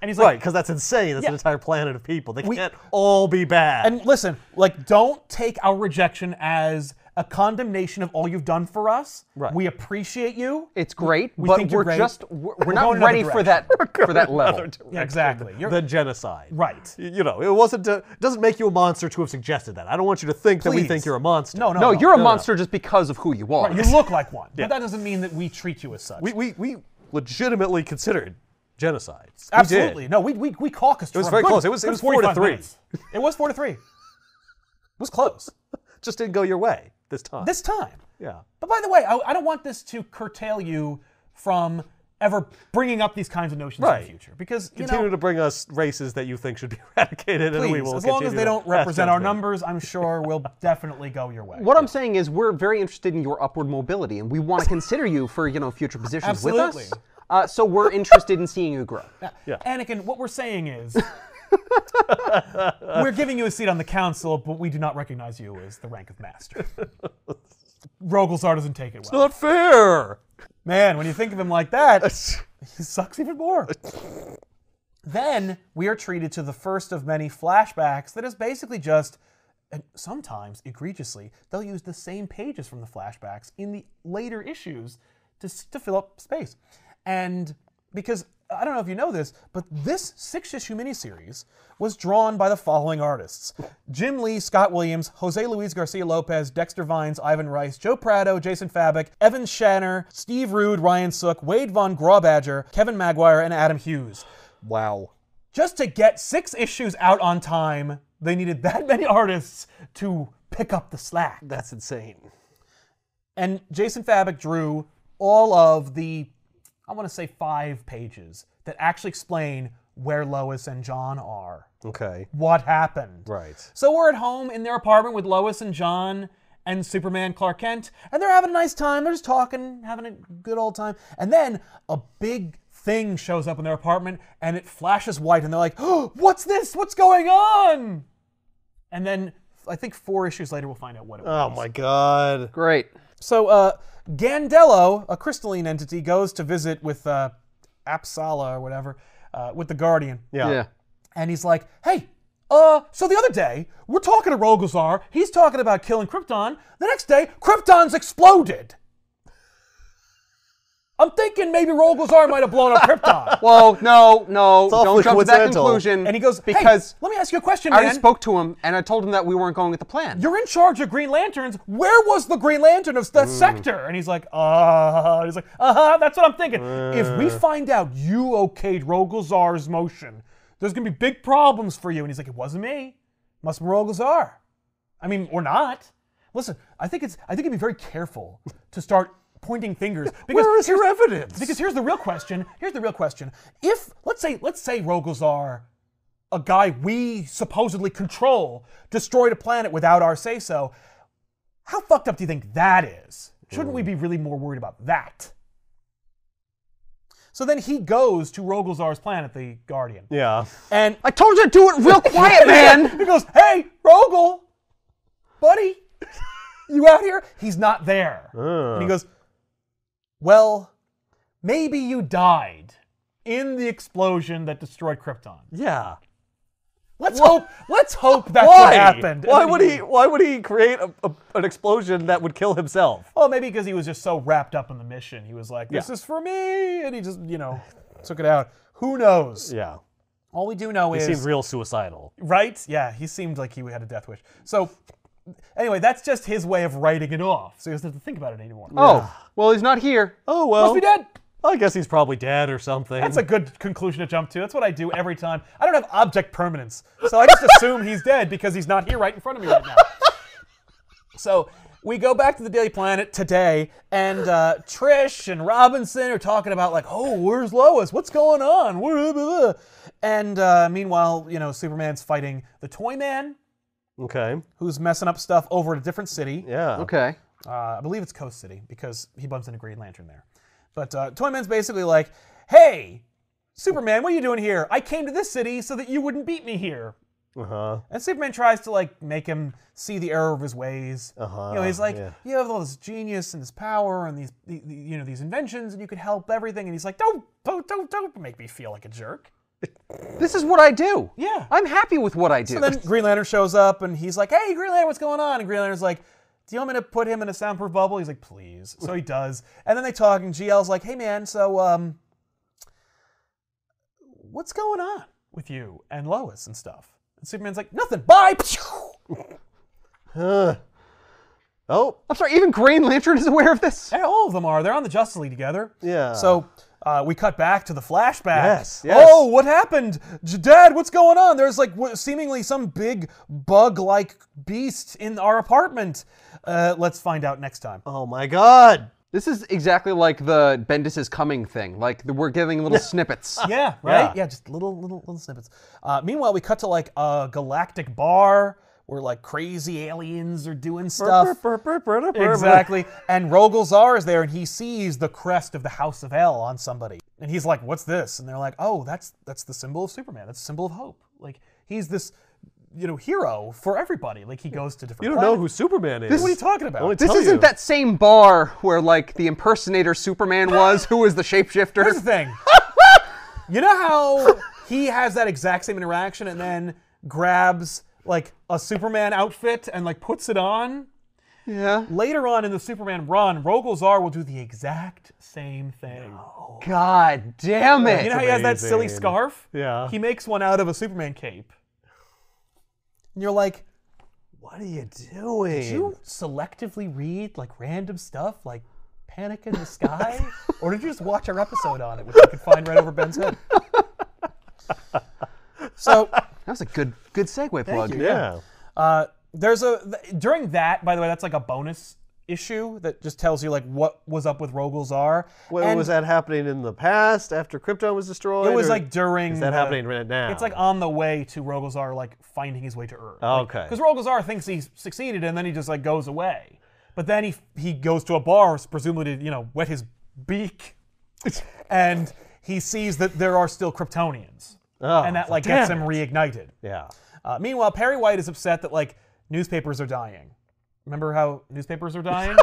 [SPEAKER 1] And he's like,
[SPEAKER 2] Right, because that's insane. That's an
[SPEAKER 1] Yeah.
[SPEAKER 2] entire planet of people. They can't all be bad.
[SPEAKER 1] And listen, like, don't take our rejection as a condemnation of all you've done for us.
[SPEAKER 2] Right.
[SPEAKER 1] We appreciate you.
[SPEAKER 3] It's great,
[SPEAKER 1] We
[SPEAKER 3] but
[SPEAKER 1] think you're
[SPEAKER 3] we're
[SPEAKER 1] great.
[SPEAKER 3] just we're, we're
[SPEAKER 1] We're
[SPEAKER 3] not
[SPEAKER 1] going
[SPEAKER 3] ready
[SPEAKER 1] another
[SPEAKER 3] for that for that level.
[SPEAKER 1] Yeah, exactly. You're
[SPEAKER 2] the genocide.
[SPEAKER 1] right.
[SPEAKER 2] Y- You know, it wasn't. To, it doesn't make you a monster to have suggested that. I don't want you to think that we
[SPEAKER 1] Please.
[SPEAKER 2] think you're a monster.
[SPEAKER 1] No, no,
[SPEAKER 3] No,
[SPEAKER 1] no.
[SPEAKER 3] you're a monster just because of who you are.
[SPEAKER 1] You look like one, but that doesn't mean that we treat you as such.
[SPEAKER 2] We we, we legitimately considered genocide.
[SPEAKER 1] Absolutely. No, we, we, we caucused. It
[SPEAKER 2] was very close. It was- it was four to three.
[SPEAKER 1] It was four to three. It was close.
[SPEAKER 2] just didn't go your way this time.
[SPEAKER 1] This time.
[SPEAKER 2] yeah.
[SPEAKER 1] But by the way, I, I don't want this to curtail you from ever bringing up these kinds of notions in
[SPEAKER 2] Right.
[SPEAKER 1] the future because, you
[SPEAKER 2] Continue
[SPEAKER 1] know,
[SPEAKER 2] to bring us races that you think should be eradicated, and we
[SPEAKER 1] please,
[SPEAKER 2] will.
[SPEAKER 1] as long as
[SPEAKER 2] continue
[SPEAKER 1] they
[SPEAKER 2] to
[SPEAKER 1] don't
[SPEAKER 2] pass
[SPEAKER 1] represent our
[SPEAKER 2] judgment.
[SPEAKER 1] numbers, I'm sure we'll definitely go your way.
[SPEAKER 3] What I'm saying is, we're very interested in your upward mobility, and we want to consider you for you know future positions
[SPEAKER 1] Absolutely.
[SPEAKER 3] with us. Uh, so we're interested in seeing you grow.
[SPEAKER 1] Anakin, what we're saying is we're giving you a seat on the council, but we do not recognize you as the rank of master. Rogelzar doesn't take it well.
[SPEAKER 2] Not fair.
[SPEAKER 1] Man, when you think of him like that, he sucks even more. then we are treated to the first of many flashbacks that is basically just, and sometimes egregiously, they'll use the same pages from the flashbacks in the later issues to, s- to fill up space. And because I don't know if you know this, but this six issue miniseries was drawn by the following artists Jim Lee, Scott Williams, Jose Luis Garcia Lopez, Dexter Vines, Ivan Rice, Joe Prado, Jason Fabek, Evan Shanner, Steve Rude, Ryan Sook, Wade Von Graubadger, Kevin Maguire, and Adam Hughes
[SPEAKER 4] Wow.
[SPEAKER 1] just to get six issues out on time, they needed that many artists to pick up the slack.
[SPEAKER 2] That's insane.
[SPEAKER 1] And Jason Fabek drew all of the, I want to say five pages that actually explain where Lois and John are,
[SPEAKER 2] Okay.
[SPEAKER 1] what happened.
[SPEAKER 2] Right.
[SPEAKER 1] So we're at home in their apartment with Lois and John and Superman Clark Kent, and they're having a nice time. They're just talking, having a good old time. And then a big thing shows up in their apartment and it flashes white, and they're like, oh, What's this? What's going on? And then I think four issues later, we'll find out what it was.
[SPEAKER 2] Oh my god.
[SPEAKER 3] Great.
[SPEAKER 1] So uh, Gandello, a crystalline entity, goes to visit with uh, Apsala or whatever, uh, with the Guardian
[SPEAKER 2] Yeah.
[SPEAKER 3] yeah.
[SPEAKER 1] and he's like, hey, uh, so the other day, we're talking to Rogozar, he's talking about killing Krypton. The next day, Krypton's exploded. I'm thinking maybe Rogozar might have blown up Krypton.
[SPEAKER 3] Whoa, no, no, don't
[SPEAKER 4] awfully
[SPEAKER 3] jump to that
[SPEAKER 4] coincidental.
[SPEAKER 3] conclusion.
[SPEAKER 1] and he goes, hey,
[SPEAKER 3] because
[SPEAKER 1] let me ask you a question,
[SPEAKER 3] I already
[SPEAKER 1] man.
[SPEAKER 3] spoke to him and I told him that we weren't going with the plan.
[SPEAKER 1] You're in charge of Green Lanterns. Where was the Green Lantern of that sector? And he's like, uh, he's like, uh-huh, that's what I'm thinking. If we find out you okayed Rogozar's motion, there's gonna be big problems for you. And he's like, it wasn't me. Must be Rogozar. I mean, or not. Listen, I think it's I think it'd be very careful to start pointing fingers because
[SPEAKER 2] Where is
[SPEAKER 1] here's-
[SPEAKER 2] your evidence?
[SPEAKER 1] because here's the real question. Here's the real question. If let's say let's say Rogozar, a guy we supposedly control, destroyed a planet without our say so, how fucked up do you think that is? Shouldn't we be really more worried about that? So then he goes to Rogozar's planet, the Guardian,
[SPEAKER 2] yeah.
[SPEAKER 1] and
[SPEAKER 3] I told you to do it real quiet, man.
[SPEAKER 1] he goes, "Hey, Rogel, buddy, you out here?" He's not there.
[SPEAKER 2] Uh.
[SPEAKER 1] And he goes, "Well, maybe you died in the explosion that destroyed Krypton.
[SPEAKER 2] Yeah.
[SPEAKER 1] Let's hope. Let's hope that's
[SPEAKER 2] Why?
[SPEAKER 1] what happened." And
[SPEAKER 2] Why
[SPEAKER 1] then
[SPEAKER 2] would he? Why would he create a, a, an explosion that would kill himself?
[SPEAKER 1] Oh, maybe because he was just so wrapped up in the mission, he was like, "This is for me," and he just, you know, took it out. Who knows?
[SPEAKER 2] Yeah.
[SPEAKER 1] All we do know
[SPEAKER 2] He
[SPEAKER 1] is
[SPEAKER 2] seemed real suicidal.
[SPEAKER 1] Right? Yeah, he seemed like he had a death wish. So, anyway, that's just his way of writing it off. So he doesn't have to think about it anymore.
[SPEAKER 3] Oh, well, he's not here.
[SPEAKER 2] Oh well.
[SPEAKER 1] Must be dead.
[SPEAKER 2] I guess he's probably dead or something.
[SPEAKER 1] That's a good conclusion to jump to. That's what I do every time. I don't have object permanence, so I just assume he's dead because he's not here right in front of me right now. So we go back to the Daily Planet today, and uh, Trish and Robinson are talking about like, oh, where's Lois? What's going on? Blah, blah, blah. And uh, meanwhile, you know, Superman's fighting the Toy Man,
[SPEAKER 2] okay.
[SPEAKER 1] who's messing up stuff over at a different city.
[SPEAKER 2] Yeah.
[SPEAKER 3] Okay.
[SPEAKER 1] Uh, I believe it's Coast City because he bumps into Green Lantern there. But uh, Toyman's basically like, "Hey, Superman, what are you doing here? I came to this city so that you wouldn't beat me here."
[SPEAKER 2] Uh huh.
[SPEAKER 1] And Superman tries to like make him see the error of his ways.
[SPEAKER 2] Uh-huh,
[SPEAKER 1] You know, he's like,
[SPEAKER 2] yeah.
[SPEAKER 1] "You have all this genius and this power and these, the, the- you know, these inventions, and you could help everything." And he's like, "Don't, don't, don't, don't make me feel like a jerk."
[SPEAKER 3] This is what I do.
[SPEAKER 1] Yeah.
[SPEAKER 3] I'm happy with what I do.
[SPEAKER 1] And then Green Lantern shows up and he's like, "Hey, Green Lantern, what's going on?" And Green Lantern's like, "Do you want me to put him in a soundproof bubble?" He's like, "Please." So he does. And then they talk, and GL's like, "Hey, man, so um, what's going on with you and Lois and stuff?" And Superman's like, "Nothing. Bye."
[SPEAKER 2] Oh.
[SPEAKER 3] I'm sorry, even Green Lantern is aware of this?
[SPEAKER 1] And all of them are. They're on the Justice League together.
[SPEAKER 2] Yeah.
[SPEAKER 1] So uh, we cut back to the flashback.
[SPEAKER 2] Yes, yes.
[SPEAKER 1] Oh, what happened, J- Dad? What's going on? There's like w- seemingly some big bug-like beast in our apartment. Uh, let's find out next time.
[SPEAKER 2] Oh my God.
[SPEAKER 3] This is exactly like the Bendis is coming thing. Like, the, we're giving little snippets.
[SPEAKER 1] Yeah, right.
[SPEAKER 2] Yeah.
[SPEAKER 1] Yeah, just little, little, little snippets. Uh, meanwhile, we cut to like a galactic bar where like crazy aliens are doing stuff. Exactly. And Rogelzar is there and he sees the crest of the House of L on somebody. And he's like, What's this? And they're like, Oh, that's that's the symbol of Superman. That's the symbol of hope. Like he's this you know hero for everybody. Like he goes to different.
[SPEAKER 2] You don't know
[SPEAKER 1] planets.
[SPEAKER 2] who Superman is.
[SPEAKER 1] What are you talking about?
[SPEAKER 2] Only
[SPEAKER 3] This
[SPEAKER 2] tell
[SPEAKER 3] isn't
[SPEAKER 2] you.
[SPEAKER 3] that same bar where like the impersonator Superman was, who was the
[SPEAKER 1] Here's the
[SPEAKER 3] shapeshifter.
[SPEAKER 1] thing. you know how he has that exact same interaction and then grabs like a Superman outfit and like puts it on?
[SPEAKER 3] Yeah.
[SPEAKER 1] Later on in the Superman run, Rogelzar will do the exact same thing.
[SPEAKER 3] God damn it.
[SPEAKER 1] you know how he has that silly
[SPEAKER 2] amazing.
[SPEAKER 1] scarf?
[SPEAKER 2] Yeah.
[SPEAKER 1] He makes one out of a Superman cape. And you're like,
[SPEAKER 2] What are you doing?
[SPEAKER 1] do you selectively read like random stuff like Panic in the Sky? or did you just watch our episode on it, which you can find right over Ben's head? So
[SPEAKER 3] that was a good good segue plug.
[SPEAKER 2] Yeah.
[SPEAKER 1] Uh, there's a th- during that, by the way, that's like a bonus issue that just tells you like what was up with Rogelzar.
[SPEAKER 2] Wait,
[SPEAKER 1] And
[SPEAKER 2] was that happening in the past after Krypton was destroyed?
[SPEAKER 1] It was
[SPEAKER 2] or
[SPEAKER 1] like during.
[SPEAKER 2] Is that
[SPEAKER 1] the-
[SPEAKER 2] happening right now?
[SPEAKER 1] It's like on the way to Rogelzar, like finding his way to Earth.
[SPEAKER 2] Okay.
[SPEAKER 1] Because Rogelzar thinks he succeeded, and then he just like goes away. But then he he goes to a bar, presumably to you know wet his beak, and he sees that there are still Kryptonians,
[SPEAKER 2] Oh,
[SPEAKER 1] and that
[SPEAKER 2] it's
[SPEAKER 1] like
[SPEAKER 2] "Damn
[SPEAKER 1] gets him
[SPEAKER 2] it."
[SPEAKER 1] reignited.
[SPEAKER 2] Yeah.
[SPEAKER 1] Uh, meanwhile, Perry White is upset that like newspapers are dying. Remember how newspapers are dying?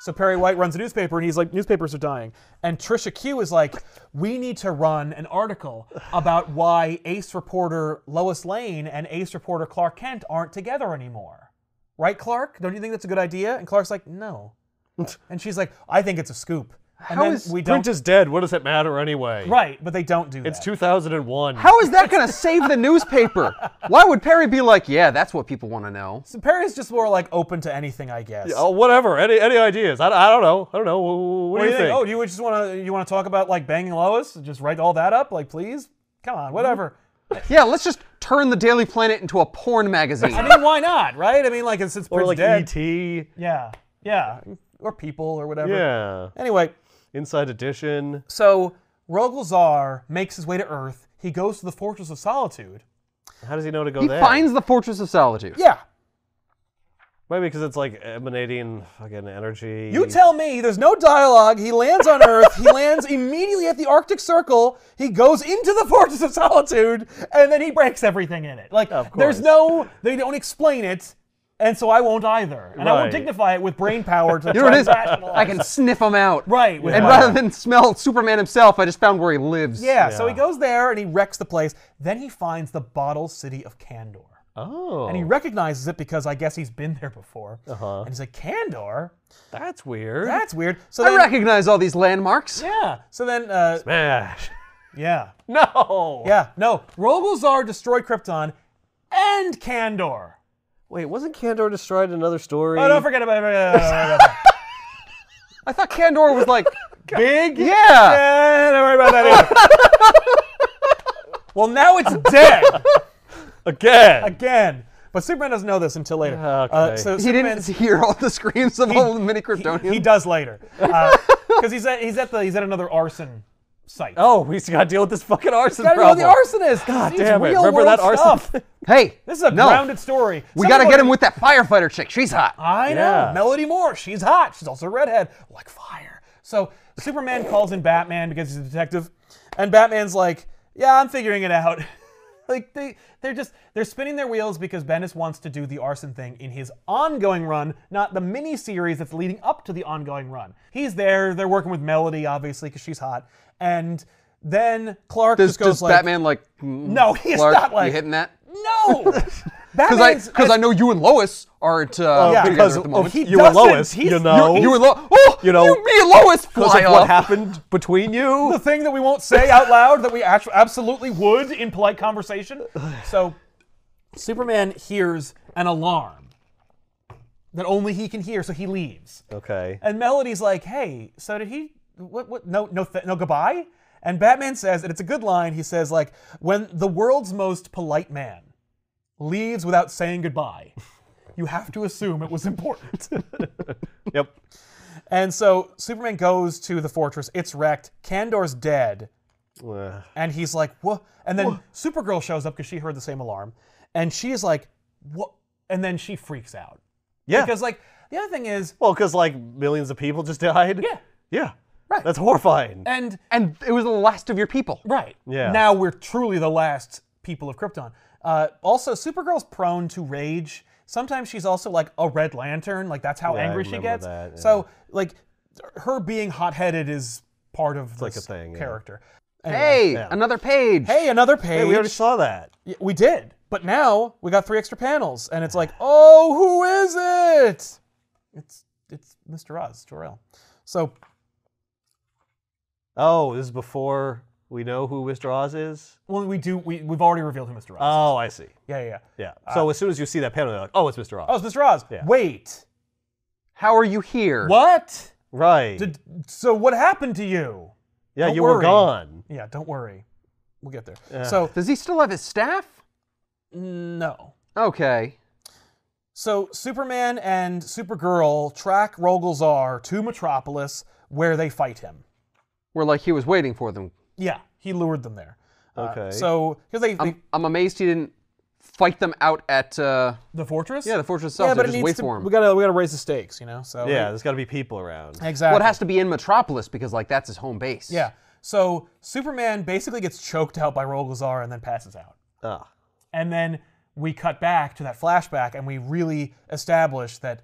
[SPEAKER 1] so Perry White runs a newspaper and he's like, newspapers are dying. And Trisha Q is like, we need to run an article about why Ace reporter Lois Lane and Ace reporter Clark Kent aren't together anymore. Right, Clark? Don't you think that's a good idea? And Clark's like, no. and she's like, I think it's a scoop. And
[SPEAKER 3] How
[SPEAKER 1] then
[SPEAKER 3] is-
[SPEAKER 1] we don't
[SPEAKER 2] Print is dead. What does it matter anyway?
[SPEAKER 1] right, but they don't do
[SPEAKER 2] It's
[SPEAKER 1] that.
[SPEAKER 2] 2001.
[SPEAKER 3] How is that going to save the newspaper? Why would Perry be like, yeah, that's what people want to know?
[SPEAKER 1] so Perry's just more like open to anything, I guess.
[SPEAKER 2] Oh, whatever. Any any ideas? I, I don't know. I don't know. What, what
[SPEAKER 1] What
[SPEAKER 2] do you think?
[SPEAKER 1] Oh, do you just want to you want to talk about like banging Lois? Just write all that up, like please. Come on, whatever.
[SPEAKER 3] Yeah, let's just turn the Daily Planet into a porn magazine.
[SPEAKER 1] I mean, why not, right? I mean, like since
[SPEAKER 2] or
[SPEAKER 1] Prince
[SPEAKER 2] like E
[SPEAKER 1] dead,
[SPEAKER 2] ET.
[SPEAKER 1] yeah, yeah, or people or whatever.
[SPEAKER 2] Yeah.
[SPEAKER 1] Anyway,
[SPEAKER 2] Inside Edition.
[SPEAKER 1] so Rogelzar makes his way to Earth. He goes to the Fortress of Solitude.
[SPEAKER 2] How does he know to go
[SPEAKER 3] he
[SPEAKER 2] there?
[SPEAKER 3] finds the Fortress of Solitude.
[SPEAKER 1] Yeah,
[SPEAKER 2] Maybe because it's like emanating fucking energy.
[SPEAKER 1] you tell me. There's no dialogue. He lands on Earth. he lands immediately at the Arctic Circle. He goes into the Fortress of Solitude, and then he breaks everything in it. Like there's
[SPEAKER 2] course.
[SPEAKER 1] no, they don't explain it, and so I won't either, and I won't
[SPEAKER 2] Right.
[SPEAKER 1] dignify it with brain power to
[SPEAKER 3] You know what it is?
[SPEAKER 1] rationalize.
[SPEAKER 3] I can sniff him out.
[SPEAKER 1] Right. With
[SPEAKER 3] And
[SPEAKER 1] my-
[SPEAKER 3] rather than smell Superman himself, I just found where he lives.
[SPEAKER 1] yeah, so he
[SPEAKER 2] Yeah.
[SPEAKER 1] goes there and he wrecks the place. Then he finds the bottle city of Candor.
[SPEAKER 2] Oh.
[SPEAKER 1] And he recognizes it because I guess he's been there before. Uh-huh. And he's like, Candor?
[SPEAKER 2] that's weird.
[SPEAKER 1] That's weird. So
[SPEAKER 3] I
[SPEAKER 1] then,
[SPEAKER 3] recognize all these landmarks.
[SPEAKER 1] yeah. So then, uh,
[SPEAKER 2] Smash.
[SPEAKER 1] yeah,
[SPEAKER 2] No.
[SPEAKER 1] yeah. No, Rogelzar destroyed Krypton and Candor.
[SPEAKER 2] Wait, wasn't Candor destroyed in another story?
[SPEAKER 1] Oh, don't forget about it.
[SPEAKER 3] I thought Candor was like,
[SPEAKER 1] Big?
[SPEAKER 3] yeah.
[SPEAKER 1] Yeah, don't worry about that either. well, now it's dead
[SPEAKER 2] Again.
[SPEAKER 1] again. But Superman doesn't know this until later. Uh,
[SPEAKER 2] Okay.
[SPEAKER 1] so
[SPEAKER 3] He
[SPEAKER 1] Superman-
[SPEAKER 3] didn't hear all the screams of all the mini Kryptonians.
[SPEAKER 1] He does later, because he's at he's at the he's at another arson site.
[SPEAKER 2] Oh, we just gotta deal with this fucking arson
[SPEAKER 1] gotta
[SPEAKER 2] problem.
[SPEAKER 1] know who the arsonist. God
[SPEAKER 2] damn it.
[SPEAKER 1] Real
[SPEAKER 2] Remember
[SPEAKER 1] world
[SPEAKER 2] that arson
[SPEAKER 1] stuff.
[SPEAKER 2] thing?
[SPEAKER 3] hey,
[SPEAKER 1] This is a
[SPEAKER 3] no.
[SPEAKER 1] grounded story.
[SPEAKER 3] We got to get him with that firefighter chick. She's hot.
[SPEAKER 1] I know
[SPEAKER 2] Yeah.
[SPEAKER 1] Melody Moore. She's hot. She's also a redhead, like fire. So Superman calls in Batman because he's a detective, and Batman's like, "Yeah, I'm figuring it out." like they they're just they're spinning their wheels because Bendis wants to do the arson thing in his ongoing run, not the mini series that's leading up to the ongoing run. He's there. They're working with Melody obviously because she's hot, and then Clark
[SPEAKER 3] Does,
[SPEAKER 1] just goes
[SPEAKER 3] does
[SPEAKER 1] like,
[SPEAKER 3] Batman like? No,
[SPEAKER 1] he's not like-
[SPEAKER 3] you hitting that.
[SPEAKER 1] "No."
[SPEAKER 3] Because
[SPEAKER 1] Batman's
[SPEAKER 3] I, because I know you and Lois aren't uh,
[SPEAKER 1] yeah.
[SPEAKER 3] together
[SPEAKER 2] because
[SPEAKER 3] at the
[SPEAKER 2] of
[SPEAKER 3] moment.
[SPEAKER 1] Oh, he
[SPEAKER 2] you
[SPEAKER 1] doesn't.
[SPEAKER 2] and Lois,
[SPEAKER 1] He's-
[SPEAKER 2] you know,
[SPEAKER 3] you and Lois. Oh,
[SPEAKER 2] you know,
[SPEAKER 3] you, me and Lois
[SPEAKER 2] because
[SPEAKER 3] fly
[SPEAKER 2] of what
[SPEAKER 3] off.
[SPEAKER 2] happened between you.
[SPEAKER 1] the thing that we won't say out loud that we actually absolutely would in polite conversation. So, Superman hears an alarm that only he can hear, so he leaves.
[SPEAKER 2] Okay.
[SPEAKER 1] And Melody's like, "Hey, so did he? What? What? No, no, th- no goodbye." And Batman says, and it's a good line. He says, like, when the world's most polite man leaves without saying goodbye, you have to assume it was important.
[SPEAKER 2] Yep.
[SPEAKER 1] and so Superman goes to the fortress. It's wrecked. Kandor's dead.
[SPEAKER 2] Uh,
[SPEAKER 1] And he's like, "What?" And then Supergirl shows up because she heard the same alarm, and she is like, "What?" And then she freaks out
[SPEAKER 2] yeah.
[SPEAKER 1] because, like, the other thing is,
[SPEAKER 2] well, because like millions of people just died.
[SPEAKER 1] Yeah.
[SPEAKER 2] Yeah.
[SPEAKER 1] Right.
[SPEAKER 2] That's horrifying.
[SPEAKER 1] and
[SPEAKER 3] and it was the last of your people.
[SPEAKER 1] right
[SPEAKER 2] Yeah.
[SPEAKER 1] now we're truly the last people of Krypton. Uh, also, Supergirl's prone to rage. Sometimes she's also like a Red Lantern. Like that's how
[SPEAKER 2] Yeah, I
[SPEAKER 1] angry she
[SPEAKER 2] remember
[SPEAKER 1] gets.
[SPEAKER 2] that, yeah.
[SPEAKER 1] So like her being hot-headed is part of
[SPEAKER 2] like a
[SPEAKER 1] this
[SPEAKER 2] thing, yeah.
[SPEAKER 1] character. Anyway.
[SPEAKER 3] Hey, another page.
[SPEAKER 1] hey, another page.
[SPEAKER 2] Hey, we already saw that.
[SPEAKER 1] Y- We did, but now we got three extra panels, and it's like, oh, who is it? It's it's Mr. Oz, Jor-El. So
[SPEAKER 2] Oh, this is before we know who Mr. Oz is.
[SPEAKER 1] well, we do we we've already revealed who Mr. Oz.
[SPEAKER 2] Oh, I see.
[SPEAKER 1] yeah, yeah, yeah.
[SPEAKER 2] Yeah. So as soon as you see that panel, you're like, oh, it's Mr. Oz.
[SPEAKER 1] Ah. Oh, it's Mr. Oz.
[SPEAKER 2] Yeah.
[SPEAKER 1] Wait,
[SPEAKER 3] How are you here?
[SPEAKER 1] what?
[SPEAKER 2] right.
[SPEAKER 1] Did, so what happened to you?
[SPEAKER 2] yeah,
[SPEAKER 1] don't
[SPEAKER 2] you were
[SPEAKER 1] worry.
[SPEAKER 2] gone.
[SPEAKER 1] Yeah, don't worry, we'll get there.
[SPEAKER 2] Uh.
[SPEAKER 1] So
[SPEAKER 3] Does he still have his staff?
[SPEAKER 1] no.
[SPEAKER 3] Okay.
[SPEAKER 1] So Superman and Supergirl track Rogelzar to Metropolis, where they fight him.
[SPEAKER 3] We're like he was waiting for them.
[SPEAKER 1] Yeah, he lured them there. Uh,
[SPEAKER 2] Okay. Um,
[SPEAKER 1] so because they, they
[SPEAKER 3] I'm amazed he didn't fight them out at uh,
[SPEAKER 1] the fortress.
[SPEAKER 3] yeah the fortress itself.
[SPEAKER 1] but it
[SPEAKER 3] and just
[SPEAKER 1] needs
[SPEAKER 3] wait
[SPEAKER 1] to-
[SPEAKER 3] for him.
[SPEAKER 1] We gotta we gotta raise the stakes, you know. So
[SPEAKER 2] yeah, there's got to be people around.
[SPEAKER 1] exactly.
[SPEAKER 3] Well, it has to be in Metropolis because like that's his home base.
[SPEAKER 1] yeah. So Superman basically gets choked out by Rogelzar and then passes out.
[SPEAKER 2] Ah.
[SPEAKER 1] And then we cut back to that flashback, and we really establish that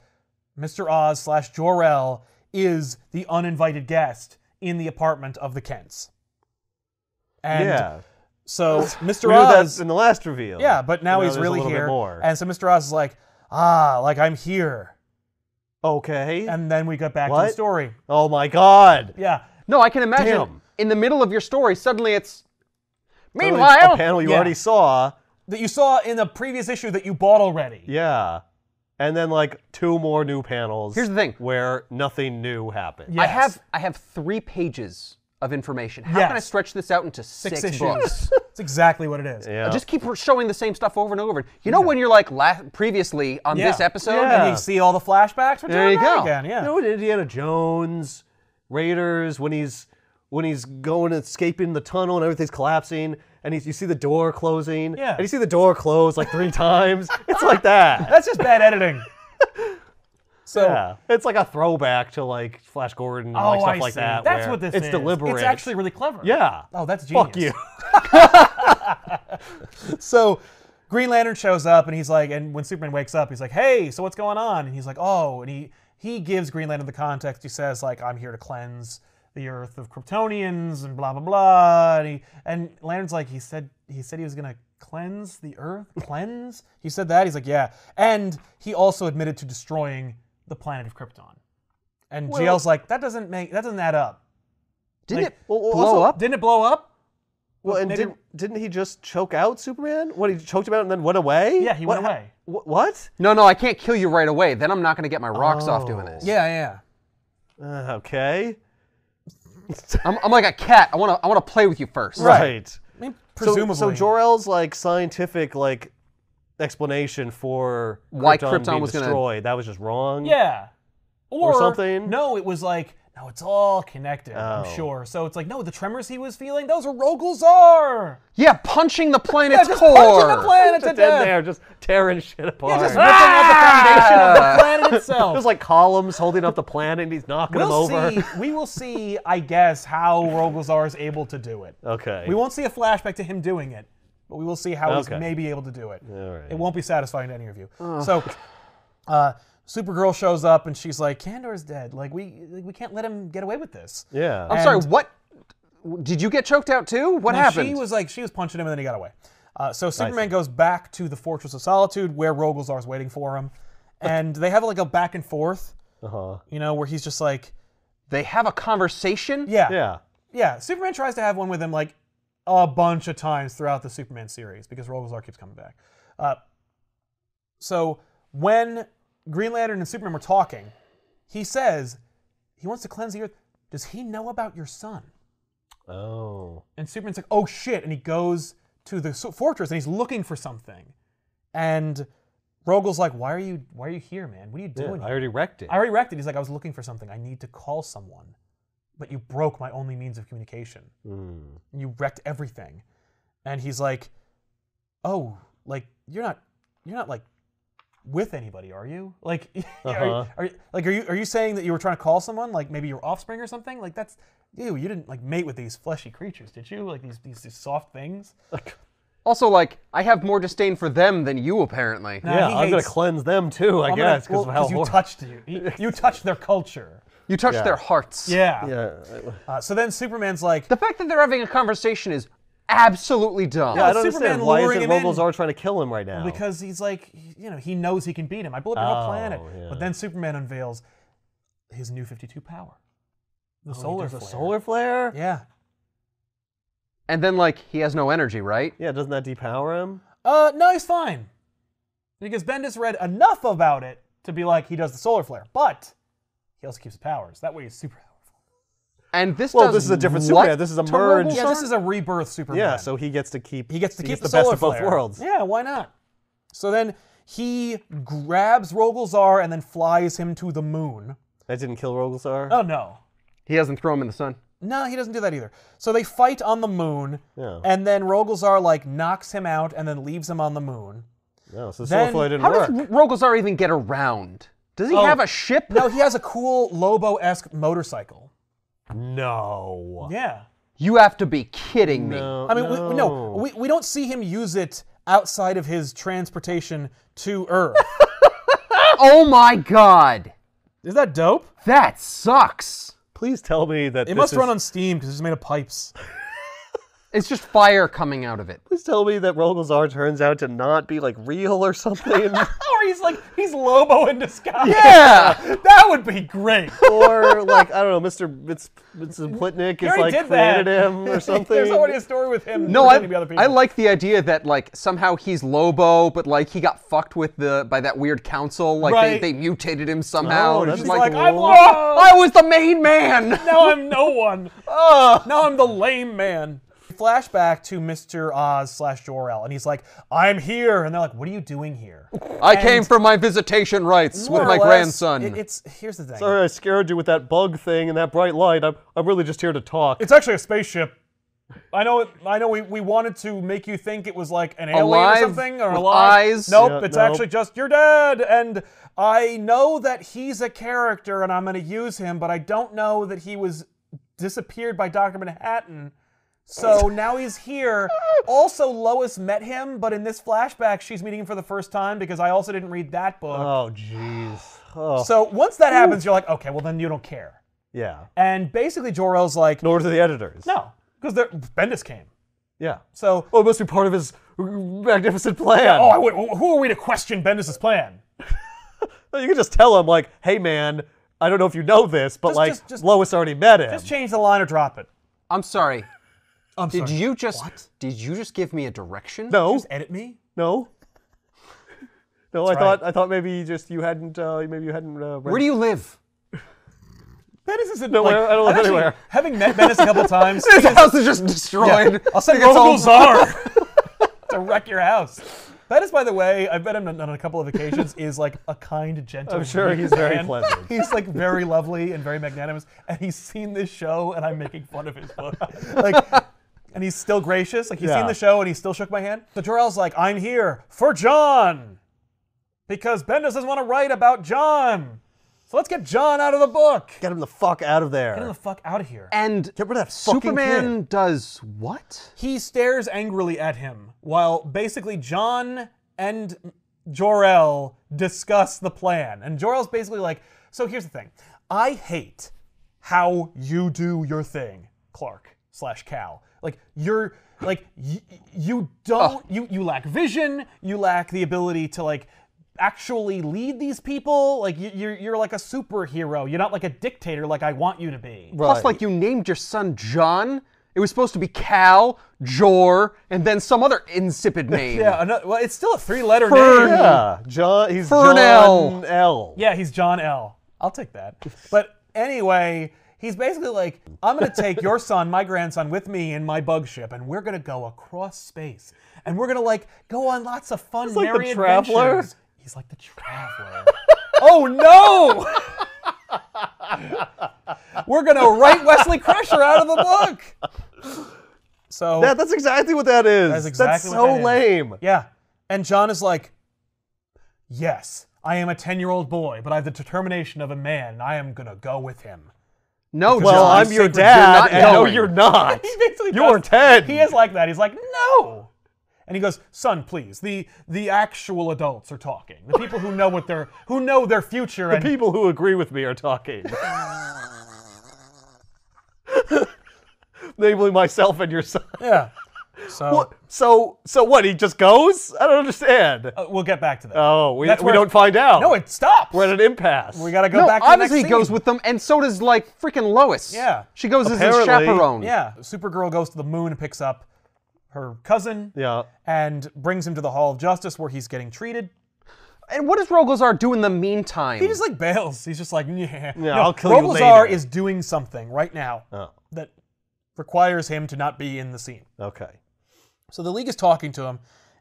[SPEAKER 1] Mr. Oz slash Jor El is the uninvited guest in the apartment of the Kents. And
[SPEAKER 2] yeah.
[SPEAKER 1] so Mr.
[SPEAKER 2] We knew
[SPEAKER 1] Oz
[SPEAKER 2] that in the last reveal.
[SPEAKER 1] Yeah, but now
[SPEAKER 2] You know,
[SPEAKER 1] he's
[SPEAKER 2] there's
[SPEAKER 1] really
[SPEAKER 2] a little
[SPEAKER 1] here.
[SPEAKER 2] Bit more.
[SPEAKER 1] And so Mr. Oz is like, ah, like I'm here.
[SPEAKER 2] okay.
[SPEAKER 1] And then we get back to
[SPEAKER 2] What?
[SPEAKER 1] the story.
[SPEAKER 2] oh my God.
[SPEAKER 1] Yeah.
[SPEAKER 3] No, I can imagine
[SPEAKER 2] Damn.
[SPEAKER 3] in the middle of your story suddenly it's.
[SPEAKER 2] Really,
[SPEAKER 3] Meanwhile,
[SPEAKER 2] a panel you
[SPEAKER 1] Yeah.
[SPEAKER 2] already saw.
[SPEAKER 1] That you saw in the previous issue that you bought already.
[SPEAKER 2] Yeah. And then like two more new panels.
[SPEAKER 3] Here's the thing.
[SPEAKER 2] Where nothing new happened.
[SPEAKER 1] Yeah.
[SPEAKER 3] I have I have three pages of information. How can I
[SPEAKER 1] Yes.
[SPEAKER 3] stretch this out into six,
[SPEAKER 1] Six,
[SPEAKER 3] books?
[SPEAKER 1] issues. It's exactly what it is.
[SPEAKER 2] Yeah.
[SPEAKER 3] Just keep showing the same stuff over and over. You know when you're like la- previously on this
[SPEAKER 1] Yeah.
[SPEAKER 3] episode.
[SPEAKER 2] Yeah.
[SPEAKER 1] And you see all the flashbacks. We're
[SPEAKER 3] There
[SPEAKER 1] doing
[SPEAKER 3] you
[SPEAKER 1] that
[SPEAKER 3] go.
[SPEAKER 1] Again. Yeah.
[SPEAKER 2] You know, in Indiana Jones, Raiders, when he's when he's going and escaping the tunnel and everything's collapsing, and he's, you see the door closing,
[SPEAKER 1] Yeah.
[SPEAKER 2] and you see the door close like three times. It's like that.
[SPEAKER 1] That's just bad editing. So.
[SPEAKER 2] Yeah, it's like a throwback to like Flash Gordon, and
[SPEAKER 1] Oh,
[SPEAKER 2] like stuff
[SPEAKER 1] I
[SPEAKER 2] like
[SPEAKER 1] see.
[SPEAKER 2] that.
[SPEAKER 1] That's
[SPEAKER 2] where
[SPEAKER 1] what this
[SPEAKER 2] it's
[SPEAKER 1] is.
[SPEAKER 2] deliberate.
[SPEAKER 1] It's actually really clever.
[SPEAKER 2] yeah.
[SPEAKER 1] Oh, that's genius.
[SPEAKER 2] Fuck you.
[SPEAKER 1] So Green Lantern shows up and he's like, and when Superman wakes up, he's like, hey, so what's going on? And he's like, oh, and he he gives Green Lantern the context. He says like, I'm here to cleanse the Earth of Kryptonians and blah blah blah. And, he, and Lantern's like, he said he said he was gonna cleanse the Earth, cleanse. He said that. He's like, yeah. And he also admitted to destroying the planet of Krypton. And GL's like, that doesn't make that doesn't add up.
[SPEAKER 3] Didn't
[SPEAKER 1] Like,
[SPEAKER 3] it
[SPEAKER 2] well, well,
[SPEAKER 3] blow
[SPEAKER 2] also-
[SPEAKER 3] up?
[SPEAKER 1] Didn't it blow up?
[SPEAKER 2] Well, and
[SPEAKER 1] Maybe-
[SPEAKER 2] did, didn't he just choke out Superman? What he choked him out and then went away?
[SPEAKER 1] Yeah, he
[SPEAKER 2] What-
[SPEAKER 1] went away.
[SPEAKER 2] wh- What?
[SPEAKER 3] No, no, I can't kill you right away. Then I'm not going to get my rocks off doing this.
[SPEAKER 1] Yeah, yeah.
[SPEAKER 2] Uh, okay.
[SPEAKER 3] I'm, I'm like a cat. I want to I want to play with you first.
[SPEAKER 2] Right.
[SPEAKER 1] I mean,
[SPEAKER 2] So,
[SPEAKER 1] presumably.
[SPEAKER 2] so Jor-El's like scientific like explanation for
[SPEAKER 3] Why
[SPEAKER 2] Krypton,
[SPEAKER 3] Krypton
[SPEAKER 2] being
[SPEAKER 3] was gonna-
[SPEAKER 2] destroyed that was just wrong.
[SPEAKER 1] Yeah. Or,
[SPEAKER 2] something?
[SPEAKER 1] No, it was like, no, it's all connected, I'm
[SPEAKER 2] Oh.
[SPEAKER 1] sure. So it's like, no, the tremors he was feeling, those are Rogelzar!
[SPEAKER 3] Yeah, punching the planet's
[SPEAKER 1] Just
[SPEAKER 3] core.
[SPEAKER 1] punching the planet to
[SPEAKER 2] Just in
[SPEAKER 1] death!
[SPEAKER 2] there, just tearing shit apart.
[SPEAKER 1] Just ripping at the foundation of the planet itself.
[SPEAKER 2] There's like columns holding up the planet, and he's knocking
[SPEAKER 1] we'll
[SPEAKER 2] them over.
[SPEAKER 1] see, we will see, I guess, how Rogelzar is able to do it.
[SPEAKER 2] Okay.
[SPEAKER 1] We won't see a flashback to him doing it, but we will see how
[SPEAKER 2] Okay.
[SPEAKER 1] he's maybe able to do it.
[SPEAKER 2] right.
[SPEAKER 1] It won't be satisfying to any of you. So, uh, Supergirl shows up and she's like, "Kandor's dead. Like we we can't let him get away with this."
[SPEAKER 2] Yeah.
[SPEAKER 3] I'm sorry. What? Did you get choked out too? What
[SPEAKER 1] No,
[SPEAKER 3] happened?
[SPEAKER 1] She was like she was punching him and then he got away. Uh, so Superman goes back to the Fortress of Solitude where Rogelzar is waiting for him, and they have like a back and forth.
[SPEAKER 2] Uh-huh.
[SPEAKER 1] You know where he's just like,
[SPEAKER 3] they have a conversation.
[SPEAKER 1] yeah, yeah,
[SPEAKER 2] Yeah.
[SPEAKER 1] Superman tries to have one with him like a bunch of times throughout the Superman series because Rogelzar keeps coming back. Uh, so when Green Lantern and Superman were talking, he says he wants to cleanse the Earth. Does he know about your son?
[SPEAKER 2] Oh.
[SPEAKER 1] And Superman's like, oh shit. And he goes to the so- fortress and he's looking for something. And Rogel's like, why are you why are you here, man? What are you
[SPEAKER 2] Yeah,
[SPEAKER 1] doing?
[SPEAKER 2] I
[SPEAKER 1] here?"
[SPEAKER 2] already wrecked it.
[SPEAKER 1] I already wrecked it. He's like, I was looking for something. I need to call someone. But you broke my only means of communication.
[SPEAKER 2] Mm.
[SPEAKER 1] You wrecked everything. And he's like, Oh, like you're not you're not like with anybody, are you? Like are, you-
[SPEAKER 2] Uh-huh.
[SPEAKER 1] are you like are you are you saying that you were trying to call someone, like maybe your offspring or something? Like that's ew, you didn't like mate with these fleshy creatures, did you? Like these these, these soft things?
[SPEAKER 3] Also, like, I have more disdain for them than you, apparently.
[SPEAKER 1] Nah,
[SPEAKER 2] yeah,
[SPEAKER 1] he
[SPEAKER 2] I'm gonna
[SPEAKER 1] hates-
[SPEAKER 2] cleanse them too,
[SPEAKER 1] I'm
[SPEAKER 2] I
[SPEAKER 1] gonna-
[SPEAKER 2] guess, because
[SPEAKER 1] well,
[SPEAKER 2] of how
[SPEAKER 1] 'cause you
[SPEAKER 2] hor-
[SPEAKER 1] touched you. You, you touched their culture.
[SPEAKER 3] You touch
[SPEAKER 2] Yeah.
[SPEAKER 3] their hearts.
[SPEAKER 1] Yeah.
[SPEAKER 2] Yeah,
[SPEAKER 1] Uh, so then Superman's like,
[SPEAKER 3] The fact that they're having a conversation is absolutely dumb.
[SPEAKER 2] Yeah, I don't
[SPEAKER 1] Superman
[SPEAKER 2] understand why
[SPEAKER 1] luring
[SPEAKER 2] isn't
[SPEAKER 1] him in-
[SPEAKER 2] Robles are trying to kill him right now?
[SPEAKER 1] because he's like, he- you know, he knows he can beat him. I blew up your whole
[SPEAKER 2] Oh,
[SPEAKER 1] planet.
[SPEAKER 2] yeah.
[SPEAKER 1] But then Superman unveils his new 52 power,
[SPEAKER 2] Oh,
[SPEAKER 1] the solar
[SPEAKER 2] there's a
[SPEAKER 1] flare.
[SPEAKER 2] solar flare.
[SPEAKER 1] Yeah.
[SPEAKER 3] And then, like, he has no energy, right?
[SPEAKER 2] Yeah, doesn't that depower him?
[SPEAKER 1] Uh, no, he's fine. Because Bendis read enough about it to be like, he does the solar flare, but he also keeps powers. That way he's super powerful.
[SPEAKER 3] And this
[SPEAKER 2] Well,
[SPEAKER 3] does
[SPEAKER 2] this is a different
[SPEAKER 3] what
[SPEAKER 2] Superman. This is a
[SPEAKER 3] to
[SPEAKER 2] merge.
[SPEAKER 3] Robles
[SPEAKER 1] Yeah,
[SPEAKER 3] Ar-
[SPEAKER 1] this is a rebirth Superman.
[SPEAKER 2] Yeah, so he gets to keep.
[SPEAKER 1] he gets to keep
[SPEAKER 2] gets
[SPEAKER 1] the,
[SPEAKER 2] the, best
[SPEAKER 1] solar
[SPEAKER 2] of both
[SPEAKER 1] flare.
[SPEAKER 2] worlds.
[SPEAKER 1] Yeah, why not? So then he grabs Rogelzar and then flies him to the moon.
[SPEAKER 2] That didn't kill Roglesar.
[SPEAKER 1] Oh no.
[SPEAKER 3] He doesn't throw him in the sun.
[SPEAKER 1] No, he doesn't do that either. So they fight on the moon,
[SPEAKER 2] Yeah.
[SPEAKER 1] and then Rogelzar like knocks him out and then leaves him on the moon.
[SPEAKER 2] No, so the
[SPEAKER 1] Then-
[SPEAKER 2] solar flare didn't
[SPEAKER 3] How
[SPEAKER 2] work.
[SPEAKER 3] does Rogelzar even get around? Does he
[SPEAKER 1] Oh.
[SPEAKER 3] have a ship?
[SPEAKER 1] No, he has a cool Lobo-esque motorcycle.
[SPEAKER 2] No.
[SPEAKER 1] Yeah.
[SPEAKER 3] You have to be kidding me.
[SPEAKER 1] I mean, we, no, we, we don't see him use it outside of his transportation to Earth.
[SPEAKER 3] Oh my god.
[SPEAKER 1] is that dope?
[SPEAKER 3] That sucks.
[SPEAKER 2] Please tell me that
[SPEAKER 1] It
[SPEAKER 2] this
[SPEAKER 1] must
[SPEAKER 2] is-
[SPEAKER 1] run on steam because it's made of pipes.
[SPEAKER 3] It's just fire coming out of it.
[SPEAKER 2] Please tell me that Roglesar turns out to not be like real or something,
[SPEAKER 1] or Oh, he's like, he's Lobo in disguise.
[SPEAKER 3] Yeah.
[SPEAKER 1] that would be great.
[SPEAKER 2] or like I don't know, Mr. Mitz, Mr. Plitnik is
[SPEAKER 1] already
[SPEAKER 2] like
[SPEAKER 1] did that.
[SPEAKER 2] created him or something.
[SPEAKER 1] There's already a story with him.
[SPEAKER 3] No, I,
[SPEAKER 1] pretending to be other people.
[SPEAKER 3] I like the idea that like somehow he's Lobo, but like he got fucked with the by that weird council. Like
[SPEAKER 1] Right.
[SPEAKER 3] they, they mutated him somehow.
[SPEAKER 2] Oh,
[SPEAKER 3] and
[SPEAKER 2] that's
[SPEAKER 3] he's
[SPEAKER 1] He's
[SPEAKER 2] like,
[SPEAKER 1] like, I'm
[SPEAKER 2] whoa.
[SPEAKER 1] Lobo.
[SPEAKER 3] "Oh, I was the main man.
[SPEAKER 1] now I'm no one.
[SPEAKER 3] Ah.
[SPEAKER 1] Now I'm the lame man. Flashback to Mr. Oz slash Jor-El, and he's like, I'm here. And they're like, what are you doing here?
[SPEAKER 3] I came for my visitation rights
[SPEAKER 1] More
[SPEAKER 3] with
[SPEAKER 1] or
[SPEAKER 3] my
[SPEAKER 1] less,
[SPEAKER 3] grandson.
[SPEAKER 1] it- it's here's the thing.
[SPEAKER 2] Sorry, I scared you with that bug thing and that bright light. I'm, I'm really just here to talk.
[SPEAKER 1] It's actually a spaceship. I know. It, I know. We, we wanted to make you think it was like an alien
[SPEAKER 3] Alive
[SPEAKER 1] or something or
[SPEAKER 3] with
[SPEAKER 1] alive.
[SPEAKER 3] eyes?
[SPEAKER 1] Nope.
[SPEAKER 2] Yeah,
[SPEAKER 1] it's
[SPEAKER 2] nope.
[SPEAKER 1] actually just you're dead. And I know that he's a character, and I'm going to use him, but I don't know that he was disappeared by Doctor Manhattan. So now he's here. Also, Lois met him, but in this flashback, she's meeting him for the first time because I also didn't read that book.
[SPEAKER 2] Oh jeez. Oh
[SPEAKER 1] so once that happens, you're like, okay, well then you don't care.
[SPEAKER 2] yeah.
[SPEAKER 1] And basically, Jor-El's like,
[SPEAKER 2] Nor do the editors.
[SPEAKER 1] no, because Bendis came.
[SPEAKER 2] Yeah.
[SPEAKER 1] So,
[SPEAKER 2] Oh, it must be part of his magnificent plan.
[SPEAKER 1] oh, I would, who are we to question Bendis' plan?
[SPEAKER 2] you can just tell him like, hey man, I don't know if you know this, but
[SPEAKER 1] Just-
[SPEAKER 2] like
[SPEAKER 1] just- just-
[SPEAKER 2] Lois already met him.
[SPEAKER 1] Just change the line or drop it.
[SPEAKER 3] I'm sorry.
[SPEAKER 1] I'm
[SPEAKER 3] Did
[SPEAKER 1] sorry.
[SPEAKER 3] you just did you just give me a direction?
[SPEAKER 2] no,
[SPEAKER 1] Just edit me?
[SPEAKER 2] no. No, I thought I thought maybe just you hadn't uh, maybe you hadn't uh, read
[SPEAKER 3] Where do you live?
[SPEAKER 1] Bendis isn't
[SPEAKER 2] Nowhere,
[SPEAKER 1] like-
[SPEAKER 2] I don't live
[SPEAKER 1] I've actually-
[SPEAKER 2] anywhere.
[SPEAKER 1] Having met Bendis a couple times,
[SPEAKER 3] This house is just destroyed.
[SPEAKER 1] I'll send
[SPEAKER 3] It gets all-
[SPEAKER 1] Robo Czar to wreck your house. Bendis, by the way, I've met him on on a couple of occasions, is like a kind, gentle.
[SPEAKER 2] I'm sure
[SPEAKER 1] meek
[SPEAKER 2] he's very
[SPEAKER 1] man.
[SPEAKER 2] pleasant.
[SPEAKER 1] He's like very lovely and very magnanimous, and he's seen this show, and I'm making fun of his book. Like, and he's still gracious. Like he's
[SPEAKER 2] Yeah.
[SPEAKER 1] seen the show, and he still shook my hand. So Jor-El's like, "I'm here for John," because Bendis doesn't want to write about John. So let's get John out of the book.
[SPEAKER 2] Get him the fuck out of there.
[SPEAKER 1] Get the fuck out of here.
[SPEAKER 3] And
[SPEAKER 2] Get rid of that fucking
[SPEAKER 3] Superman does what?
[SPEAKER 1] He stares angrily at him while basically John and Jor-El discuss the plan. And Jor-El's basically like, "So here's the thing. I hate how you do your thing, Clark slash Cal. Like you're like y- you don't you you lack vision. You lack the ability to like." actually lead these people like you- you're you're like a superhero you're not like a dictator like i want you to be
[SPEAKER 3] Plus, like you named your son John. It was supposed to be Cal, Jor, and then some other insipid name.
[SPEAKER 1] yeah another, well it's still a three letter
[SPEAKER 3] Fern.
[SPEAKER 1] name
[SPEAKER 2] Yeah, John. He's
[SPEAKER 3] Fernell.
[SPEAKER 2] John L.
[SPEAKER 1] Yeah, he's John L. I'll take that. But anyway, he's basically like, I'm going to take your son, my grandson, with me in my bug ship, and we're going to go across space, and we're going to like go on lots of fun,
[SPEAKER 2] like the
[SPEAKER 1] merry
[SPEAKER 2] Traveler.
[SPEAKER 1] adventures. He's like the traveler. oh no! we're going to write Wesley Crusher out of the book. So
[SPEAKER 2] That- that's exactly what that is.
[SPEAKER 1] That's exactly
[SPEAKER 2] so
[SPEAKER 1] what that is.
[SPEAKER 2] lame.
[SPEAKER 1] yeah. And John is like, Yes, I am a 10 year old boy, but I have the determination of a man, and I am going to go with him.
[SPEAKER 3] No,
[SPEAKER 2] Well,
[SPEAKER 3] John,
[SPEAKER 2] I'm your
[SPEAKER 3] sacred-
[SPEAKER 2] dad,
[SPEAKER 3] You're not
[SPEAKER 2] and no,
[SPEAKER 3] going.
[SPEAKER 2] you're not.
[SPEAKER 1] He basically
[SPEAKER 2] You're
[SPEAKER 1] does-
[SPEAKER 2] 10.
[SPEAKER 1] He is like that. He's like, No. And he goes, "Son, please. The the actual adults are talking. The people who know what their who know their future and
[SPEAKER 2] People who agree with me are talking. Namely, myself and your son.
[SPEAKER 1] yeah." So
[SPEAKER 2] So, so what? He just goes? I don't understand.
[SPEAKER 1] uh, we'll get back to that.
[SPEAKER 2] Oh, we,
[SPEAKER 1] That's
[SPEAKER 2] we
[SPEAKER 1] where-
[SPEAKER 2] don't find out.
[SPEAKER 1] No, it stops.
[SPEAKER 2] We're at an impasse.
[SPEAKER 1] we gotta go
[SPEAKER 3] no,
[SPEAKER 1] back. to the next
[SPEAKER 3] obviously he goes
[SPEAKER 1] scene.
[SPEAKER 3] with them, and so does like freaking Lois.
[SPEAKER 1] Yeah.
[SPEAKER 3] she goes as
[SPEAKER 2] Apparently.
[SPEAKER 3] a chaperone.
[SPEAKER 1] Yeah, Supergirl goes to the moon and picks up her cousin.
[SPEAKER 2] Yeah.
[SPEAKER 1] And brings him to the Hall of Justice where he's getting treated.
[SPEAKER 3] And what does Rogozar do in the meantime?
[SPEAKER 1] He just like bails. He's just like, yeah. No,
[SPEAKER 2] I'll kill you
[SPEAKER 1] Roblazar
[SPEAKER 2] later.
[SPEAKER 1] is doing something right now
[SPEAKER 2] Oh,
[SPEAKER 1] that requires him to not be in the scene.
[SPEAKER 2] okay.
[SPEAKER 1] So the league is talking to him,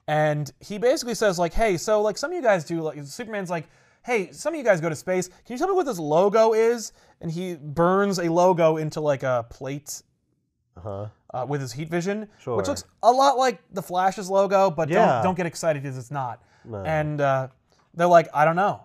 [SPEAKER 1] and he basically says like, "Hey, so like some of you guys do like Superman's like, hey, some of you guys go to space. Can you tell me what this logo is?" And he burns a logo into like a plate.
[SPEAKER 2] Uh-huh.
[SPEAKER 1] Uh, with his heat vision,
[SPEAKER 2] Sure.
[SPEAKER 1] which looks a lot like the Flash's logo, but
[SPEAKER 2] Yeah.
[SPEAKER 1] don't, don't get excited because it's not. And uh, they're like, I don't know.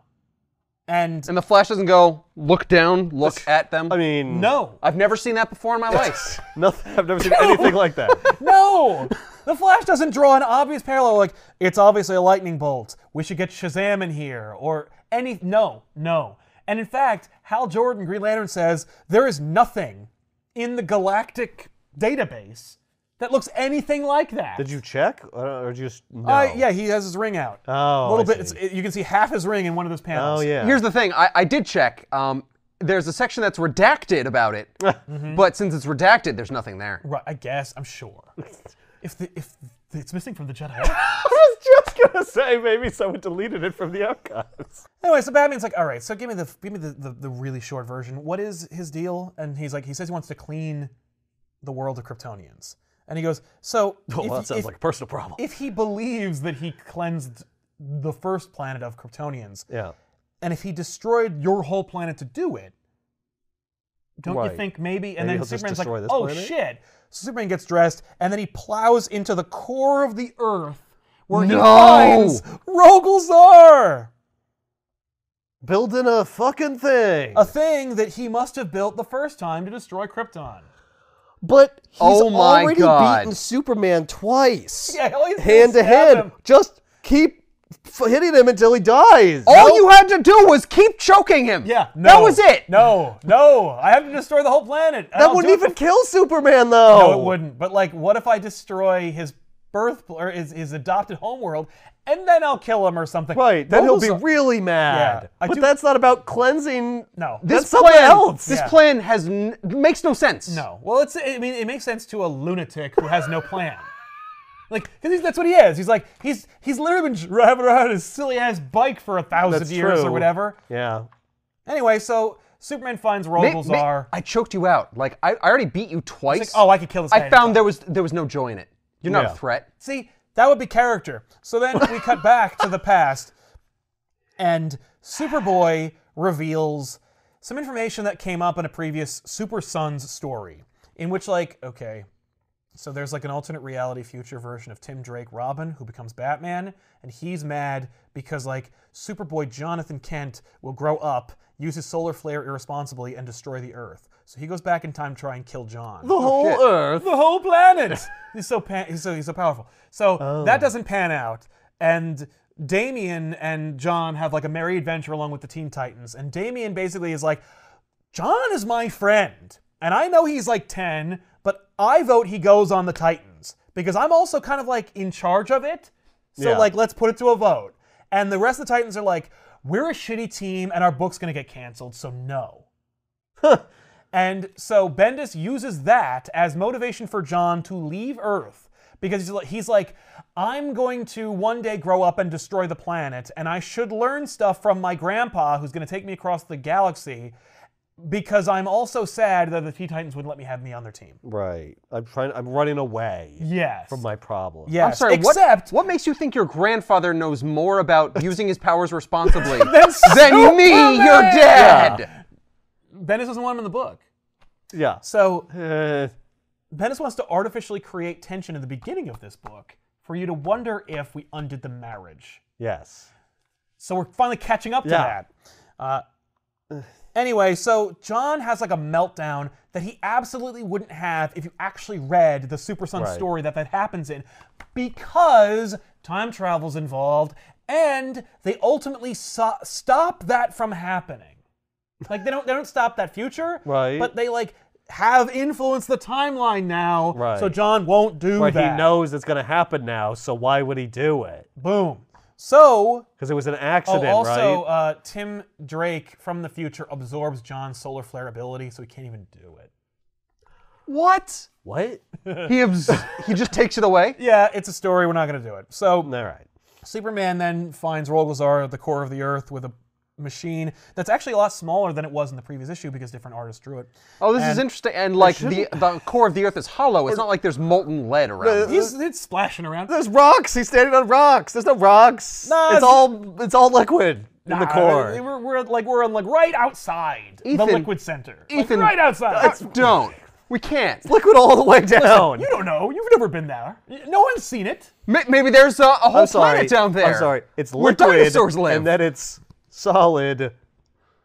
[SPEAKER 1] And
[SPEAKER 3] and the Flash doesn't go look down, look at them.
[SPEAKER 2] I mean,
[SPEAKER 1] no,
[SPEAKER 3] I've never seen that before in my life.
[SPEAKER 2] nothing. I've never seen anything like that.
[SPEAKER 1] No! The Flash doesn't draw an obvious parallel like, it's obviously a lightning bolt. We should get Shazam in here or any. No, no. And in fact, Hal Jordan, Green Lantern, says there is nothing in the galactic database that looks anything like that.
[SPEAKER 2] Did you check? Or, or just no?
[SPEAKER 1] Uh, yeah, he has his ring out.
[SPEAKER 2] Oh,
[SPEAKER 1] a little
[SPEAKER 2] I
[SPEAKER 1] bit. It's, it- you can see half his ring in one of those panels.
[SPEAKER 2] Oh yeah.
[SPEAKER 3] Here's the thing. I, I did check. Um, there's a section that's redacted about it, but since it's redacted, there's nothing there.
[SPEAKER 1] Right, I guess I'm sure. If the, if it's missing from the Jedi.
[SPEAKER 2] I was just gonna say maybe someone deleted it from the archives.
[SPEAKER 1] Anyway, so Batman's like, all right, so give me the give me the, the, the really short version. What is his deal? And he's like, he says he wants to clean the world of Kryptonians. And he goes, so
[SPEAKER 2] Well, that
[SPEAKER 1] if,
[SPEAKER 2] sounds
[SPEAKER 1] if-
[SPEAKER 2] like a personal problem.
[SPEAKER 1] if he believes that he cleansed the first planet of Kryptonians,
[SPEAKER 2] yeah.
[SPEAKER 1] and if he destroyed your whole planet to do it, don't
[SPEAKER 2] Right.
[SPEAKER 1] you think maybe? And then
[SPEAKER 2] Maybe he'll just
[SPEAKER 1] Superman's
[SPEAKER 2] destroy
[SPEAKER 1] like,
[SPEAKER 2] this
[SPEAKER 1] oh
[SPEAKER 2] planet?"
[SPEAKER 1] shit! So Superman gets dressed, and then he plows into the core of the Earth where he
[SPEAKER 3] No!
[SPEAKER 1] finds Rogelzar.
[SPEAKER 2] Building a fucking thing.
[SPEAKER 1] a thing that he must have built the first time to destroy Krypton.
[SPEAKER 4] But he's
[SPEAKER 3] Oh my
[SPEAKER 4] already
[SPEAKER 3] God.
[SPEAKER 4] beaten Superman twice.
[SPEAKER 1] Yeah, all he's doing
[SPEAKER 4] hand
[SPEAKER 1] is
[SPEAKER 4] to
[SPEAKER 1] stab
[SPEAKER 4] hand.
[SPEAKER 1] him.
[SPEAKER 4] Just keep f- hitting him until he dies.
[SPEAKER 1] Oh,
[SPEAKER 3] All you had to do was keep choking him.
[SPEAKER 1] Yeah, no,
[SPEAKER 3] that was it.
[SPEAKER 1] No, no, I have to destroy the whole planet. and
[SPEAKER 4] that
[SPEAKER 1] I'll
[SPEAKER 4] wouldn't
[SPEAKER 1] do it
[SPEAKER 4] even
[SPEAKER 1] bef-
[SPEAKER 4] kill Superman though.
[SPEAKER 1] No, it wouldn't. But like, what if I destroy his birth or his, his adopted homeworld, and then I'll kill him or something?
[SPEAKER 2] right. Then he'll be
[SPEAKER 1] Rogelzar-
[SPEAKER 2] really mad.
[SPEAKER 1] Yeah, I
[SPEAKER 2] but
[SPEAKER 1] do-
[SPEAKER 2] that's not about cleansing.
[SPEAKER 1] No.
[SPEAKER 2] That's something else.
[SPEAKER 3] This
[SPEAKER 1] Yeah.
[SPEAKER 3] plan has n- makes no sense.
[SPEAKER 1] No. Well, it's. I mean, it makes sense to a lunatic who has no plan. Like, 'cause he's- that's what he is. He's like, he's he's literally been driving around his silly ass bike for a thousand
[SPEAKER 2] That's
[SPEAKER 1] years or
[SPEAKER 2] true.
[SPEAKER 1] whatever.
[SPEAKER 2] Yeah.
[SPEAKER 1] Anyway, so Superman finds
[SPEAKER 3] Ma- ma-
[SPEAKER 1] Rogelzar.
[SPEAKER 3] I choked you out. Like I, I already beat you twice.
[SPEAKER 1] It's like, oh, I could kill this guy.
[SPEAKER 3] I found there was there was no joy in it. You're not
[SPEAKER 2] Yeah.
[SPEAKER 3] a threat.
[SPEAKER 1] See, that would be character. So then we cut back to the past, and Superboy reveals some information that came up in a previous Super Sons story, in which, like, okay, so there's like an alternate reality future version of Tim Drake Robin who becomes Batman, and he's mad because like Superboy Jonathan Kent will grow up, use his solar flare irresponsibly, and destroy the Earth. So he goes back in time to try and kill John.
[SPEAKER 2] The whole Earth.
[SPEAKER 1] The whole planet. he's so pan- he's so he's so powerful. So that doesn't pan out, and Damien and John have like a merry adventure along with the Teen Titans, and Damien basically is like, John is my friend, and I know he's like ten, but I vote he goes on the Titans because I'm also kind of like in charge of it. So
[SPEAKER 2] Yeah.
[SPEAKER 1] like, let's put it to a vote, and the rest of the Titans are like, we're a shitty team, and our book's gonna get canceled, so no. And so Bendis uses that as motivation for John to leave Earth because he's like, he's like, I'm going to one day grow up and destroy the planet, and I should learn stuff from my grandpa who's going to take me across the galaxy because I'm also sad that the Teen Titans wouldn't let me have me on their team.
[SPEAKER 2] Right. I'm trying. I'm running away
[SPEAKER 1] Yes.
[SPEAKER 2] from my problem.
[SPEAKER 1] yes.
[SPEAKER 3] I'm sorry. what-
[SPEAKER 1] Except
[SPEAKER 3] what, makes you think your grandfather knows more about using his powers responsibly
[SPEAKER 1] That's
[SPEAKER 3] than me, your dad?
[SPEAKER 1] Bendis doesn't want him in the book.
[SPEAKER 2] Yeah.
[SPEAKER 1] So
[SPEAKER 2] Uh,
[SPEAKER 1] Bendis wants to artificially create tension in the beginning of this book for you to wonder if we undid the marriage.
[SPEAKER 2] yes.
[SPEAKER 1] So we're finally catching up to
[SPEAKER 2] Yeah.
[SPEAKER 1] that. Uh, anyway, so John has like a meltdown, that he absolutely wouldn't have if you actually read the Super Son story that that happens in, because time travel's involved, and they ultimately so- stop that from happening. Like they don't they don't stop that future,
[SPEAKER 2] Right.
[SPEAKER 1] But they like have influenced the timeline now,
[SPEAKER 2] Right.
[SPEAKER 1] So John won't do
[SPEAKER 2] But
[SPEAKER 1] that.
[SPEAKER 2] he knows it's gonna happen now, so why would he do it?
[SPEAKER 1] Boom. So
[SPEAKER 2] Because it was an
[SPEAKER 1] Oh,
[SPEAKER 2] accident,
[SPEAKER 1] also,
[SPEAKER 2] right?
[SPEAKER 1] uh, Tim Drake from the future absorbs John's solar flare ability, so he can't even do it.
[SPEAKER 3] What?
[SPEAKER 2] What?
[SPEAKER 3] He abs- he just takes it away.
[SPEAKER 1] Yeah, it's a story. We're not going to do it. So
[SPEAKER 2] All right.
[SPEAKER 1] Superman then finds Rolgazar at the core of the Earth with a machine that's actually a lot smaller than it was in the previous issue because different artists drew it.
[SPEAKER 3] Oh, this is interesting. And like the the core of the Earth is hollow. It's not like there's molten lead around. it.
[SPEAKER 1] He's it's splashing around.
[SPEAKER 2] There's rocks. He's standing on rocks. There's no rocks.
[SPEAKER 1] No,
[SPEAKER 2] it's
[SPEAKER 1] it's-
[SPEAKER 2] all it's all liquid in the
[SPEAKER 1] Nah,
[SPEAKER 2] core.
[SPEAKER 1] Ah, We're, we're like we're on like right outside the
[SPEAKER 3] Ethan-
[SPEAKER 1] liquid center. Like,
[SPEAKER 3] Ethan,
[SPEAKER 1] right outside.
[SPEAKER 3] Let's- don't. We can't.
[SPEAKER 2] liquid all the way down.
[SPEAKER 1] you don't know. You've never been there. No one's seen it.
[SPEAKER 3] Ma- Maybe there's a, a whole
[SPEAKER 2] I'm sorry.
[SPEAKER 3] planet down there.
[SPEAKER 2] I'm sorry. It's
[SPEAKER 3] where
[SPEAKER 2] liquid.
[SPEAKER 3] dinosaurs live.
[SPEAKER 2] And then it's solid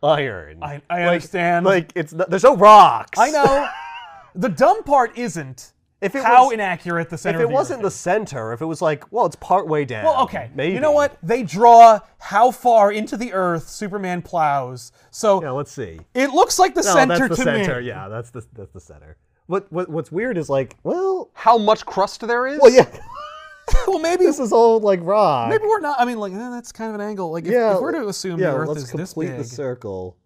[SPEAKER 2] iron.
[SPEAKER 1] I, I understand.
[SPEAKER 2] like it's not, there's no rocks.
[SPEAKER 1] I know. the dumb part isn't
[SPEAKER 2] If it
[SPEAKER 1] how
[SPEAKER 2] was-
[SPEAKER 1] inaccurate the center.
[SPEAKER 2] If it
[SPEAKER 1] of the
[SPEAKER 2] wasn't the
[SPEAKER 1] Earth is.
[SPEAKER 2] center, if it was like, well, it's part way down.
[SPEAKER 1] Well, Oh, okay.
[SPEAKER 2] Maybe.
[SPEAKER 1] You know what? They draw how far into the Earth Superman plows. So
[SPEAKER 2] Yeah, let's see.
[SPEAKER 1] it looks like the
[SPEAKER 2] No,
[SPEAKER 1] center
[SPEAKER 2] that's
[SPEAKER 1] to
[SPEAKER 2] the center.
[SPEAKER 1] me.
[SPEAKER 2] Yeah, that's the that's the center. What, what what's weird is like, well,
[SPEAKER 3] How much crust there is?
[SPEAKER 2] well, yeah,
[SPEAKER 1] well, maybe
[SPEAKER 2] this is all like rock.
[SPEAKER 1] maybe we're not. I mean, like eh, that's kind of an angle. Like if,
[SPEAKER 2] yeah,
[SPEAKER 1] if we're to assume
[SPEAKER 2] yeah,
[SPEAKER 1] the Earth
[SPEAKER 2] let's
[SPEAKER 1] is this
[SPEAKER 2] complete
[SPEAKER 1] big.
[SPEAKER 2] the circle.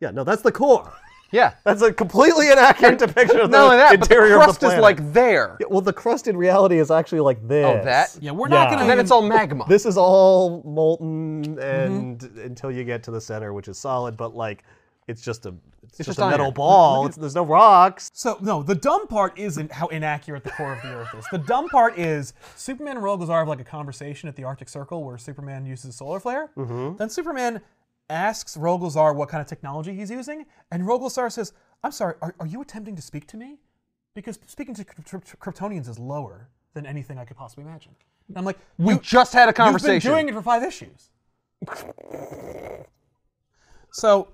[SPEAKER 2] Yeah, no, that's the core.
[SPEAKER 3] Yeah.
[SPEAKER 2] That's a completely inaccurate depiction of the
[SPEAKER 3] Not only that, but the
[SPEAKER 2] interior of
[SPEAKER 3] crust
[SPEAKER 2] the
[SPEAKER 3] is
[SPEAKER 2] planet.
[SPEAKER 3] like there.
[SPEAKER 2] Yeah, well, the crust in reality is actually like this.
[SPEAKER 3] Oh, that.
[SPEAKER 1] yeah, we're
[SPEAKER 2] Yeah.
[SPEAKER 1] not gonna.
[SPEAKER 3] And then
[SPEAKER 1] even-
[SPEAKER 3] it's all magma.
[SPEAKER 2] This is all molten and until you get to the center, which is solid, but like it's just a it's, just,
[SPEAKER 3] just
[SPEAKER 2] a
[SPEAKER 3] iron.
[SPEAKER 2] metal ball. It's, there's no rocks.
[SPEAKER 1] So no, the dumb part isn't how inaccurate the core of the Earth is. The dumb part is Superman and Rolgazar have like a conversation at the Arctic Circle where Superman uses solar flare.
[SPEAKER 3] Mm-hmm.
[SPEAKER 1] Then Superman asks Rolgazar what kind of technology he's using, and Rolgazar says, "I'm sorry, are, are you attempting to speak to me? Because speaking to Kryp- Kryp- Kryptonians is lower than anything I could possibly imagine." And I'm like,
[SPEAKER 3] we
[SPEAKER 1] "You-
[SPEAKER 3] just had a
[SPEAKER 1] You've been
[SPEAKER 3] conversation.
[SPEAKER 1] doing it for five issues. So.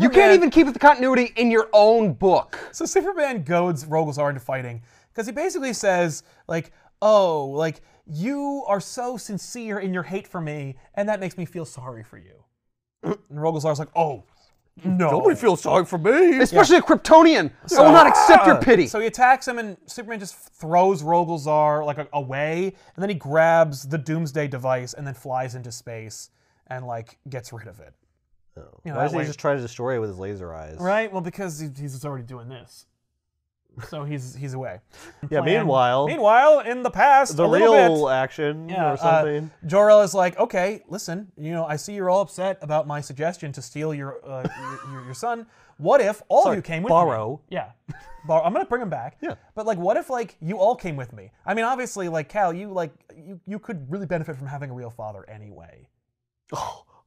[SPEAKER 3] you can't even keep the continuity in your own book.
[SPEAKER 1] So Superman goads Rogozar into fighting because he basically says, like, oh, like, you are so sincere in your hate for me, and that makes me feel sorry for you. and Rogozar's like, oh, no.
[SPEAKER 2] feels sorry for me.
[SPEAKER 3] Especially a Kryptonian. I will not accept your pity.
[SPEAKER 1] So he attacks him, and Superman just throws Rogozar, like, a- away, and then he grabs the Doomsday device and then flies into space and, like, gets rid of it. You know,
[SPEAKER 2] Oh. Why
[SPEAKER 1] that
[SPEAKER 2] doesn't he
[SPEAKER 1] way-
[SPEAKER 2] just try to destroy it with his laser eyes?
[SPEAKER 1] Right? Well, because he- he's already doing this. So he's he's away.
[SPEAKER 2] Yeah.
[SPEAKER 1] plan.
[SPEAKER 2] Meanwhile,
[SPEAKER 1] meanwhile, in the past,
[SPEAKER 2] the
[SPEAKER 1] a little
[SPEAKER 2] real
[SPEAKER 1] bit,
[SPEAKER 2] action
[SPEAKER 1] yeah,
[SPEAKER 2] or
[SPEAKER 1] uh,
[SPEAKER 2] something.
[SPEAKER 1] Jor-El is like, okay, listen, you know, I see you're all upset about my suggestion to steal your uh, your- your, your son. What if all of you came with
[SPEAKER 2] borrow.
[SPEAKER 1] me? Yeah, borrow. I'm gonna bring him back.
[SPEAKER 2] Yeah.
[SPEAKER 1] But like, what if like you all came with me? I mean, obviously, like Cal, you like you you could really benefit from having a real father anyway.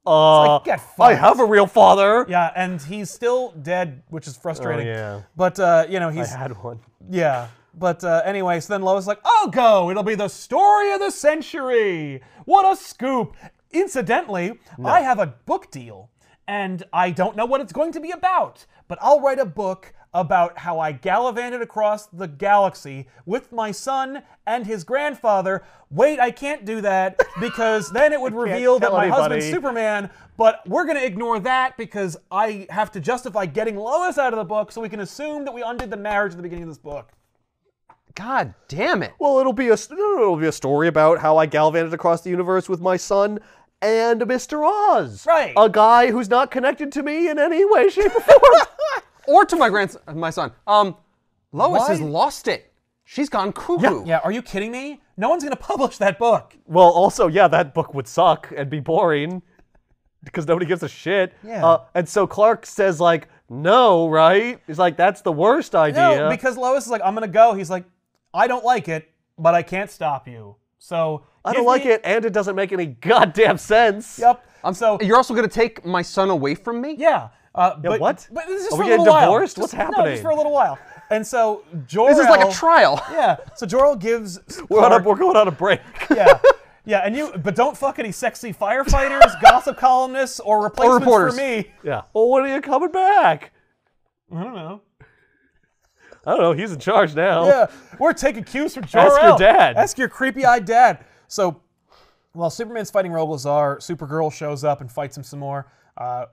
[SPEAKER 2] Uh,
[SPEAKER 1] like, get
[SPEAKER 2] I
[SPEAKER 1] fucked.
[SPEAKER 2] have a real father.
[SPEAKER 1] Yeah, and he's still dead, which is frustrating.
[SPEAKER 2] Oh, yeah.
[SPEAKER 1] But uh, you know,
[SPEAKER 2] I
[SPEAKER 1] he's
[SPEAKER 2] had one.
[SPEAKER 1] Yeah. But uh, anyway, so then Lois is like, I'll go. It'll be the story of the century. What a scoop. Incidentally, I have a book deal, and I don't know what it's going to be about, but I'll write a book about how I gallivanted across the galaxy with my son and his grandfather. Wait, I can't do that because then it would reveal that
[SPEAKER 2] tell
[SPEAKER 1] my husband's
[SPEAKER 2] anybody.
[SPEAKER 1] super. Superman, but we're going to ignore that because I have to justify getting Lois out of the book so we can assume that we undid the marriage at the beginning of this book.
[SPEAKER 3] God damn it.
[SPEAKER 2] Well, it'll be a no, no, it'll be a story about how I galvanized across the universe with my son and Mr. Oz,
[SPEAKER 1] Right.
[SPEAKER 2] A guy who's not connected to me in any way, shape, or form.
[SPEAKER 3] Or to my grandson, my son. Um, Lois has
[SPEAKER 2] Why-
[SPEAKER 3] lost it. She's gone cuckoo.
[SPEAKER 1] Yeah, are you kidding me? No one's going to publish that book.
[SPEAKER 2] well, also, yeah, that book would suck and be boring because nobody gives a shit.
[SPEAKER 1] Yeah.
[SPEAKER 2] Uh, and so Clark says like, "No, right?" He's like, "That's the worst idea."
[SPEAKER 1] No, because Lois is like, I'm going to go. He's like, I don't like it, but I can't stop you. So
[SPEAKER 2] I don't like it, and it doesn't make any goddamn sense.
[SPEAKER 1] Yep. I'm so
[SPEAKER 3] You're also going to take my son away from me?
[SPEAKER 1] yeah. Uh, but,
[SPEAKER 2] what?
[SPEAKER 1] But this is just
[SPEAKER 2] Are
[SPEAKER 1] for
[SPEAKER 2] we
[SPEAKER 1] a
[SPEAKER 2] getting
[SPEAKER 1] little while.
[SPEAKER 2] divorced?
[SPEAKER 1] Just-
[SPEAKER 2] What's
[SPEAKER 1] No,
[SPEAKER 2] happening?
[SPEAKER 1] just for a little while. And so Jor.
[SPEAKER 3] This is like a trial.
[SPEAKER 1] Yeah. So Jor-El gives.
[SPEAKER 2] We're, on a,
[SPEAKER 1] Clark-
[SPEAKER 2] we're going on a break.
[SPEAKER 1] Yeah. Yeah, and you, but don't fuck any sexy firefighters, gossip columnists, or replacements
[SPEAKER 3] reporters.
[SPEAKER 1] for me.
[SPEAKER 2] yeah. Well, when are you coming back?
[SPEAKER 1] I don't know.
[SPEAKER 2] I don't know. He's in charge now.
[SPEAKER 1] Yeah, we're taking cues from Jor-El.
[SPEAKER 2] Ask your dad.
[SPEAKER 1] Ask your creepy-eyed dad. So, while Superman's fighting Rogue Lazar, Supergirl shows up and fights him some more. Uh,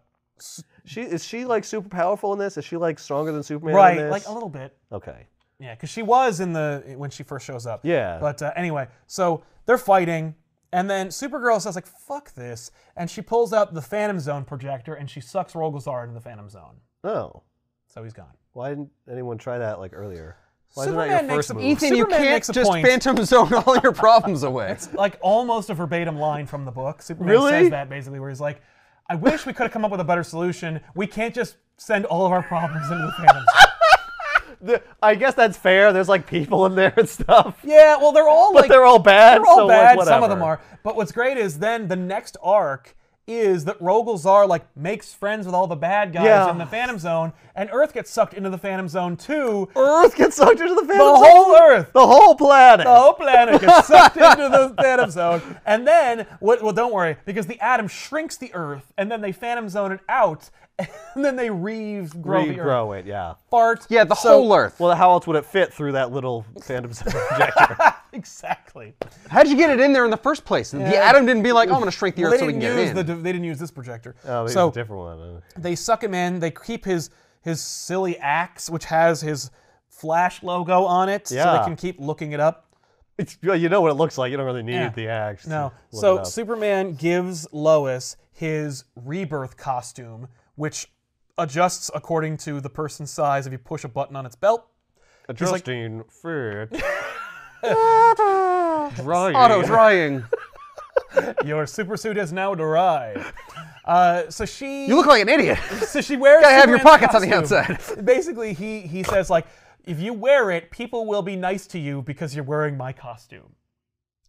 [SPEAKER 2] She is she like super powerful in this? Is she like stronger than Superman? in
[SPEAKER 1] right,
[SPEAKER 2] this?
[SPEAKER 1] like oh. a little bit.
[SPEAKER 2] okay.
[SPEAKER 1] Yeah, because she was in the when she first shows up.
[SPEAKER 2] Yeah.
[SPEAKER 1] But uh, anyway, so they're fighting, and then Supergirl says like "fuck this," and she pulls out the Phantom Zone projector and she sucks Rogozar into the Phantom Zone,
[SPEAKER 2] Oh,
[SPEAKER 1] so he's gone.
[SPEAKER 2] why didn't anyone try that like earlier? Why
[SPEAKER 1] Superman
[SPEAKER 2] isn't that your
[SPEAKER 1] makes
[SPEAKER 2] first
[SPEAKER 1] a-
[SPEAKER 2] move?
[SPEAKER 3] Ethan, you
[SPEAKER 1] Superman
[SPEAKER 3] can't
[SPEAKER 1] makes a
[SPEAKER 3] just
[SPEAKER 1] point.
[SPEAKER 3] phantom zone all your problems away.
[SPEAKER 1] Like almost a verbatim line from the book. Superman
[SPEAKER 2] Really?
[SPEAKER 1] says that basically, where he's like, "I wish we could have come up with a better solution. We can't just send all of our problems into the Phantom Zone."
[SPEAKER 2] The-
[SPEAKER 1] e-
[SPEAKER 2] I guess that's fair. There's like people in there and stuff,
[SPEAKER 1] Yeah, well, they're all
[SPEAKER 2] but
[SPEAKER 1] like
[SPEAKER 2] they're all bad.
[SPEAKER 1] They're all
[SPEAKER 2] so, like,
[SPEAKER 1] bad. Some of them
[SPEAKER 2] whatever.
[SPEAKER 1] are. But what's great is then the next arc is that Rogelzar like makes friends with all the bad guys
[SPEAKER 2] Yeah.
[SPEAKER 1] in the Phantom Zone, and Earth gets sucked into the Phantom Zone too.
[SPEAKER 2] Earth gets sucked into the
[SPEAKER 1] The
[SPEAKER 2] Phantom Zone.
[SPEAKER 1] whole Earth.
[SPEAKER 2] The whole planet.
[SPEAKER 1] The whole planet gets sucked into the Phantom Zone, and then what? Well, don't worry, because the atom shrinks the Earth, and then they Phantom Zone it out, and then they re-grow the Earth.
[SPEAKER 2] Regrow it, yeah.
[SPEAKER 1] Fart.
[SPEAKER 3] Yeah, the
[SPEAKER 1] So-
[SPEAKER 3] whole Earth.
[SPEAKER 2] Well, how else would it fit through that little Phantom Zone projector?
[SPEAKER 1] Exactly.
[SPEAKER 3] How'd you get it in there in the first place? The atom didn't be like, oh, I'm going to shrink the
[SPEAKER 1] They
[SPEAKER 3] Earth so we
[SPEAKER 1] didn't,
[SPEAKER 3] can get
[SPEAKER 1] use
[SPEAKER 3] it in.
[SPEAKER 1] the, they didn't use this projector.
[SPEAKER 2] Oh, it's
[SPEAKER 1] so
[SPEAKER 2] a different one.
[SPEAKER 1] they suck him in. They keep his his silly axe, which has his Flash logo on it, so
[SPEAKER 2] Yeah.
[SPEAKER 1] they can keep looking it up.
[SPEAKER 2] It's you know what it looks like. You don't really need
[SPEAKER 1] Yeah.
[SPEAKER 2] the axe. to
[SPEAKER 1] No,
[SPEAKER 2] look it
[SPEAKER 1] so
[SPEAKER 2] up.
[SPEAKER 1] Superman gives Lois his rebirth costume, which adjusts according to the person's size if you push a button on its belt.
[SPEAKER 2] adjusting food.
[SPEAKER 3] Auto drying.
[SPEAKER 1] Your super suit has now arrived. Uh, so she
[SPEAKER 3] you look like an idiot.
[SPEAKER 1] so she wears.
[SPEAKER 3] Gotta have your
[SPEAKER 1] Superman's
[SPEAKER 3] pockets on the
[SPEAKER 1] costume. Basically, he he says like, if you wear it, people will be nice to you because you're wearing my costume.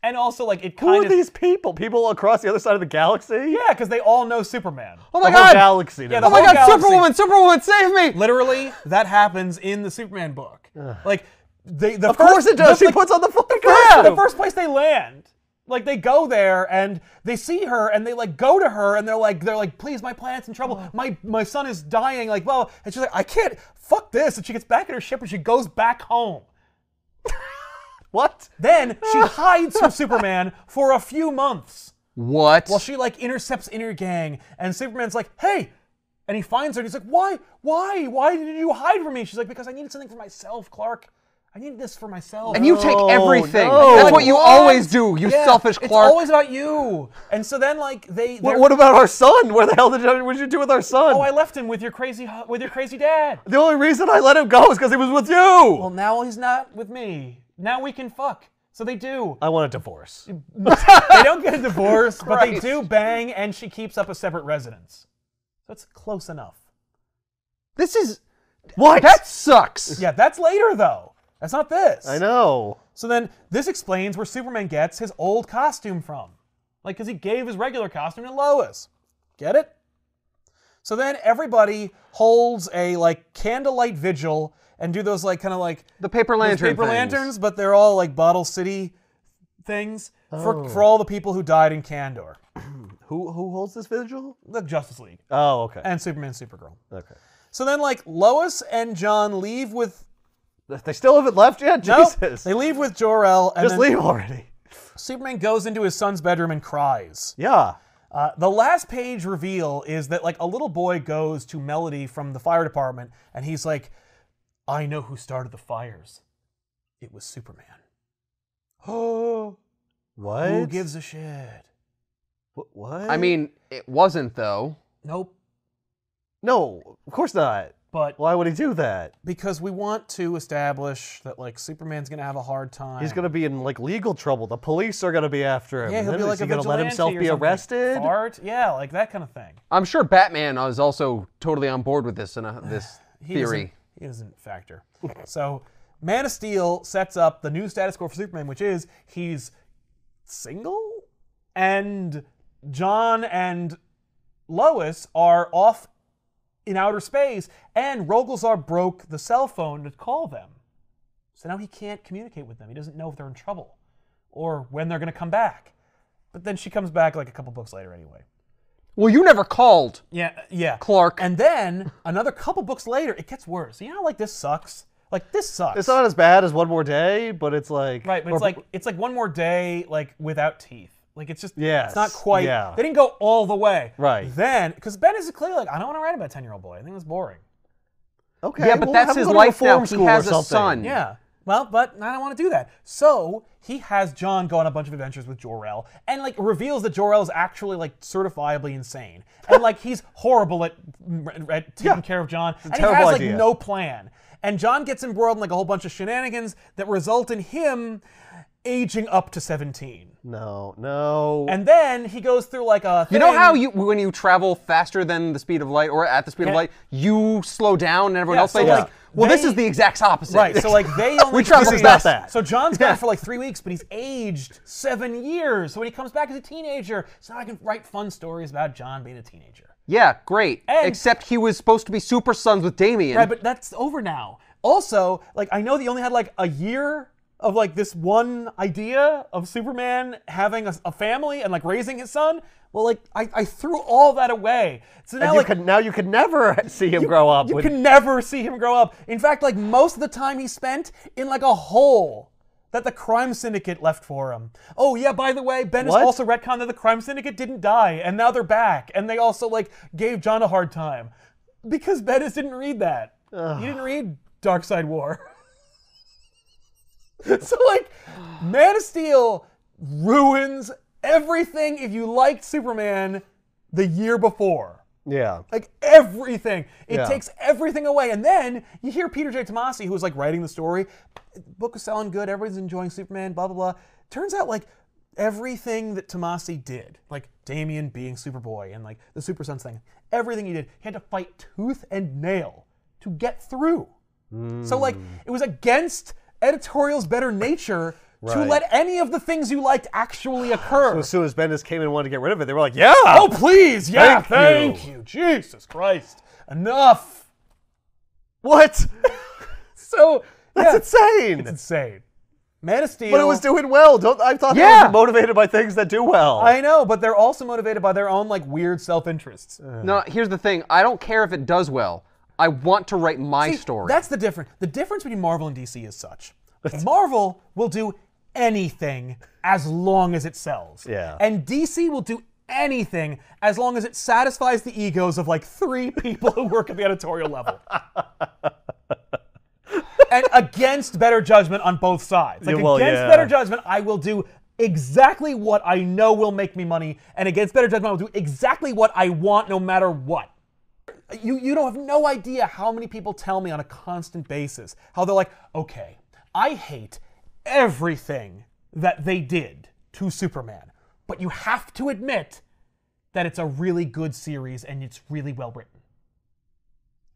[SPEAKER 1] And also like it
[SPEAKER 2] Who
[SPEAKER 1] kind
[SPEAKER 2] are
[SPEAKER 1] of
[SPEAKER 2] these people? People across the other side of the galaxy?
[SPEAKER 1] yeah, because they all know Superman.
[SPEAKER 3] Oh my
[SPEAKER 2] the whole
[SPEAKER 3] god.
[SPEAKER 2] galaxy.
[SPEAKER 1] Yeah,
[SPEAKER 2] Yeah,
[SPEAKER 1] the
[SPEAKER 3] oh my
[SPEAKER 1] whole
[SPEAKER 3] god,
[SPEAKER 1] galaxy.
[SPEAKER 3] Superwoman, Superwoman, save me!
[SPEAKER 1] Literally, that happens in the Superman book. Like they the
[SPEAKER 2] of course it does.
[SPEAKER 1] The,
[SPEAKER 2] She
[SPEAKER 1] the-
[SPEAKER 2] puts on the fucking
[SPEAKER 1] first-
[SPEAKER 2] costume.
[SPEAKER 1] the first place they land. Like they go there and they see her and they like go to her and they're like they're like please my planet's in trouble my my son is dying like well and she's like I can't fuck this and she gets back in her ship and she goes back home.
[SPEAKER 2] what?
[SPEAKER 1] Then she hides from Superman for a few months.
[SPEAKER 3] What?
[SPEAKER 1] Well, she like intercepts Inner Gang, and Superman's like, "Hey," and he finds her, and he's like, "Why? Why? Why did you hide from me?" She's like, "Because I needed something for myself, Clark. I needed this for myself."
[SPEAKER 3] and you take
[SPEAKER 2] No,
[SPEAKER 3] everything.
[SPEAKER 2] no.
[SPEAKER 3] That's what you
[SPEAKER 1] What?
[SPEAKER 3] always do, you
[SPEAKER 1] Yeah,
[SPEAKER 3] selfish
[SPEAKER 1] It's
[SPEAKER 3] Clark.
[SPEAKER 1] always about you. And so then, like they,
[SPEAKER 2] What,
[SPEAKER 1] they're-
[SPEAKER 2] what about our son? Where the hell did you, what did you do with our son?
[SPEAKER 1] oh, I left him with your crazy, hu- with your crazy dad.
[SPEAKER 2] the only reason I let him go is because he was with you.
[SPEAKER 1] Well, now he's not with me. Now we can fuck. So they do.
[SPEAKER 2] I want a divorce.
[SPEAKER 1] they don't get a divorce, but they do bang, and she keeps up a separate residence. That's close enough.
[SPEAKER 3] this is.
[SPEAKER 2] What?
[SPEAKER 3] That sucks.
[SPEAKER 1] Yeah, that's later though. That's not this.
[SPEAKER 2] I know.
[SPEAKER 1] So then this explains where Superman gets his old costume from. Like, because he gave his regular costume to Lois. Get it? So then everybody holds a like candlelight vigil and do those like kind of like
[SPEAKER 3] The paper
[SPEAKER 1] those
[SPEAKER 3] lantern.
[SPEAKER 1] paper
[SPEAKER 3] things.
[SPEAKER 1] lanterns, but they're all like Bottle City things for,
[SPEAKER 2] Oh.
[SPEAKER 1] for all the people who died in Kandor,
[SPEAKER 2] Who who holds this vigil?
[SPEAKER 1] the Justice League,
[SPEAKER 2] Oh, okay.
[SPEAKER 1] and Superman, Supergirl.
[SPEAKER 2] okay.
[SPEAKER 1] So then like Lois and John leave with
[SPEAKER 2] They still haven't left yet.
[SPEAKER 1] no,
[SPEAKER 2] Jesus.
[SPEAKER 1] they leave with Jor El, and then
[SPEAKER 2] Just leave already.
[SPEAKER 1] Superman goes into his son's bedroom and cries.
[SPEAKER 2] Yeah.
[SPEAKER 1] Uh, the last page reveal is that like a little boy goes to Melody from the fire department and he's like, I know who started the fires. It was Superman. Oh,
[SPEAKER 2] What?
[SPEAKER 1] who gives a shit?
[SPEAKER 2] Wh- What?
[SPEAKER 3] I mean, it wasn't though.
[SPEAKER 1] Nope.
[SPEAKER 2] no, of course not.
[SPEAKER 1] But
[SPEAKER 2] Why would he do that?
[SPEAKER 1] because we want to establish that like Superman's gonna have a hard time.
[SPEAKER 2] He's gonna be in like legal trouble. The police are gonna be after him.
[SPEAKER 1] yeah,
[SPEAKER 2] and
[SPEAKER 1] he'll
[SPEAKER 2] then
[SPEAKER 1] be
[SPEAKER 2] is
[SPEAKER 1] like
[SPEAKER 2] he
[SPEAKER 1] a
[SPEAKER 2] gonna let
[SPEAKER 1] vigilante
[SPEAKER 2] himself
[SPEAKER 1] or
[SPEAKER 2] be
[SPEAKER 1] something.
[SPEAKER 2] arrested?
[SPEAKER 1] Fart? Yeah, like that kind of thing.
[SPEAKER 3] I'm sure Batman is also totally on board with this and uh, this
[SPEAKER 1] He
[SPEAKER 3] theory.
[SPEAKER 1] Doesn't, he doesn't factor. so, Man of Steel sets up the new status quo for Superman, which is he's single, and John and Lois are off in outer space, and Rogelzar broke the cell phone to call them. So now he can't communicate with them. He doesn't know if they're in trouble or when they're going to come back. But then she comes back like a couple books later anyway.
[SPEAKER 3] Well, you never called.
[SPEAKER 1] Yeah, uh, yeah.
[SPEAKER 3] Clark.
[SPEAKER 1] And then another couple books later, it gets worse. You know, how, like this sucks. Like this sucks.
[SPEAKER 2] It's not as bad as One More Day, but it's like
[SPEAKER 1] Right, but it's like it's like one more day, like without teeth. Like it's just yeah, it's not
[SPEAKER 2] Yes,
[SPEAKER 1] quite.
[SPEAKER 2] yeah.
[SPEAKER 1] They didn't go all the way.
[SPEAKER 2] Right.
[SPEAKER 1] Then, because Ben is clearly like, I don't want to write about a ten year old boy. I think that's boring.
[SPEAKER 2] okay,
[SPEAKER 3] yeah, but
[SPEAKER 2] well,
[SPEAKER 3] that's
[SPEAKER 2] have him
[SPEAKER 3] his
[SPEAKER 2] go to
[SPEAKER 3] life now.
[SPEAKER 2] reform
[SPEAKER 3] He
[SPEAKER 2] school or
[SPEAKER 3] has a
[SPEAKER 2] something.
[SPEAKER 3] son.
[SPEAKER 1] Yeah. Well, but I don't want to do that. So he has John go on a bunch of adventures with Jor-El, and like reveals that Jor-El is actually like certifiably insane, and like he's horrible at, at taking care of John, and he
[SPEAKER 2] terrible
[SPEAKER 1] has like
[SPEAKER 2] idea.
[SPEAKER 1] no plan. And John gets embroiled in like a whole bunch of shenanigans that result in him aging up to seventeen.
[SPEAKER 2] No, no.
[SPEAKER 1] And then he goes through like a.
[SPEAKER 3] You know
[SPEAKER 1] thing-
[SPEAKER 3] how you when you travel faster than the speed of light or at the speed of
[SPEAKER 1] Yeah.
[SPEAKER 3] light, you slow down and everyone
[SPEAKER 1] Yeah,
[SPEAKER 3] else
[SPEAKER 1] so
[SPEAKER 3] like,
[SPEAKER 1] like,
[SPEAKER 3] well, this
[SPEAKER 1] they-
[SPEAKER 3] is the exact opposite.
[SPEAKER 1] Right. So like they only
[SPEAKER 3] We travel
[SPEAKER 1] three-
[SPEAKER 3] is not
[SPEAKER 2] that.
[SPEAKER 1] So John's gone for like three weeks, but he's aged seven years. So when he comes back as a teenager, so now I can write fun stories about John being a teenager.
[SPEAKER 3] yeah, great.
[SPEAKER 1] And-
[SPEAKER 3] Except he was supposed to be super sons with Damien.
[SPEAKER 1] Right, but that's over now. Also, like I know that you only had like a year of like this one idea of Superman having a, a family and like raising his son. Well, like I, I threw all that away. So now
[SPEAKER 2] you
[SPEAKER 1] like
[SPEAKER 2] could, now you could never see him grow up.
[SPEAKER 1] You
[SPEAKER 2] with-
[SPEAKER 1] can never see him grow up. In fact, like most of the time he spent in like a hole that the crime syndicate left for him. Oh yeah, by the way, Ben
[SPEAKER 2] What?
[SPEAKER 1] is also retcon that the crime syndicate didn't die, and now they're back, and they also like gave John a hard time because Bettis didn't read that. You didn't read Dark Side War. so like, Man of Steel ruins everything. If you liked Superman the year before.
[SPEAKER 2] yeah.
[SPEAKER 1] Like everything. It
[SPEAKER 2] Yeah.
[SPEAKER 1] takes everything away. And then you hear Peter J. Tomasi, who's like writing the story. Book is selling good. Everybody's enjoying Superman, blah, blah, blah. Turns out, like, everything that Tomasi did, like Damien being Superboy and like the Super Sons thing, everything he did, he had to fight tooth and nail to get through. So, like,
[SPEAKER 2] Hmm.
[SPEAKER 1] it was against editorial's better nature. To
[SPEAKER 2] Right.
[SPEAKER 1] let any of the things you liked actually occur.
[SPEAKER 2] As soon as Bendis came and wanted to get rid of it, they were like, "Yeah,
[SPEAKER 1] Oh, please. Yeah,
[SPEAKER 2] Thank
[SPEAKER 1] thank, you. Jesus Christ. Enough.
[SPEAKER 2] what?
[SPEAKER 1] So,
[SPEAKER 2] That's
[SPEAKER 1] yeah,
[SPEAKER 2] insane."
[SPEAKER 1] it's insane. Man of Steel.
[SPEAKER 2] but it was doing well. Don't I thought they
[SPEAKER 3] Yeah.
[SPEAKER 2] were motivated by things that do well.
[SPEAKER 1] I know, but they're also motivated by their own, like, weird self interests.
[SPEAKER 3] No, here's the thing. I don't care if it does well. I want to write my story.
[SPEAKER 1] That's the difference. The difference between Marvel and DC is such Marvel will do anything as long as it sells.
[SPEAKER 2] Yeah.
[SPEAKER 1] And DC will do anything as long as it satisfies the egos of like three people who work at the editorial level. and against better judgment on both sides. Like
[SPEAKER 2] Yeah, well,
[SPEAKER 1] against
[SPEAKER 2] yeah.
[SPEAKER 1] better judgment, I will do exactly what I know will make me money, and against better judgment, I will do exactly what I want no matter what. You you don't have no idea how many people tell me on a constant basis how they're like, okay, I hate everything that they did to Superman, but you have to admit that it's a really good series and it's really well written.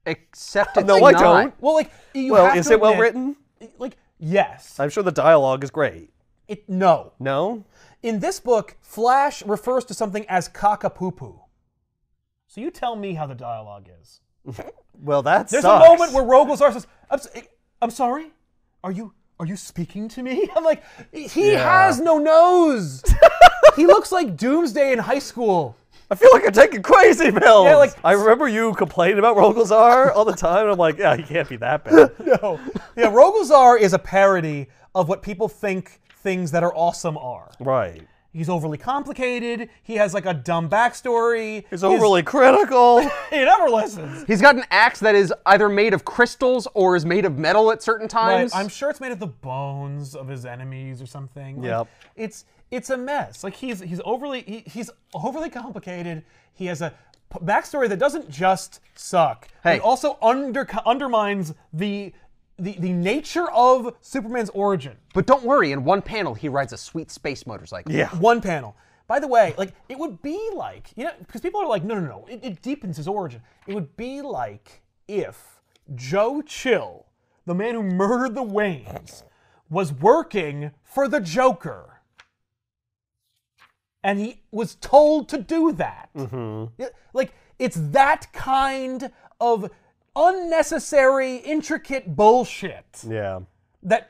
[SPEAKER 3] Except it's
[SPEAKER 2] No, I
[SPEAKER 3] not.
[SPEAKER 2] don't.
[SPEAKER 1] Well, like you have
[SPEAKER 2] well,
[SPEAKER 1] to
[SPEAKER 2] is it well
[SPEAKER 1] admit-
[SPEAKER 2] written?
[SPEAKER 1] Like yes,
[SPEAKER 2] I'm sure the dialogue is great.
[SPEAKER 1] it no.
[SPEAKER 2] No,
[SPEAKER 1] In this book, Flash refers to something as cockapoo-poo. So you tell me how the dialogue is.
[SPEAKER 2] well that
[SPEAKER 1] There's
[SPEAKER 2] sucks.
[SPEAKER 1] a moment where Rogozar says, I'm, s- I'm sorry? Are you are you speaking to me? I'm like, he
[SPEAKER 2] Yeah.
[SPEAKER 1] has no nose. he looks like Doomsday in high school.
[SPEAKER 2] I feel like I'm taking crazy pills.
[SPEAKER 1] Yeah, like-
[SPEAKER 2] I remember you complaining about Rogelzar all the time, and I'm like, yeah, he can't be that bad.
[SPEAKER 1] No. Yeah, Rogozar is a parody of what people think things that are awesome are.
[SPEAKER 2] Right.
[SPEAKER 1] He's overly complicated. He has like a dumb backstory.
[SPEAKER 2] He's overly critical.
[SPEAKER 1] He never listens.
[SPEAKER 3] He's got an axe that is either made of crystals or is made of metal at certain
[SPEAKER 1] Right,
[SPEAKER 3] times.
[SPEAKER 1] I'm sure it's made of the bones of his enemies or something. Like,
[SPEAKER 2] Yep.
[SPEAKER 1] It's it's a mess. Like he's he's overly he, he's overly complicated. He has a p- backstory that doesn't just suck.
[SPEAKER 3] Hey.
[SPEAKER 1] It also under, undermines the, the the nature of Superman's origin.
[SPEAKER 3] But don't worry, in one panel he rides a sweet space motorcycle.
[SPEAKER 2] yeah.
[SPEAKER 1] One panel. By the way, like it would be like you know because people are like no no no it, it deepens his origin. It would be like if Joe Chill, the man who murdered the Waynes, was working for the Joker, and he was told to do that. Yeah, Like it's that kind of unnecessary, intricate bullshit
[SPEAKER 2] Yeah.
[SPEAKER 1] that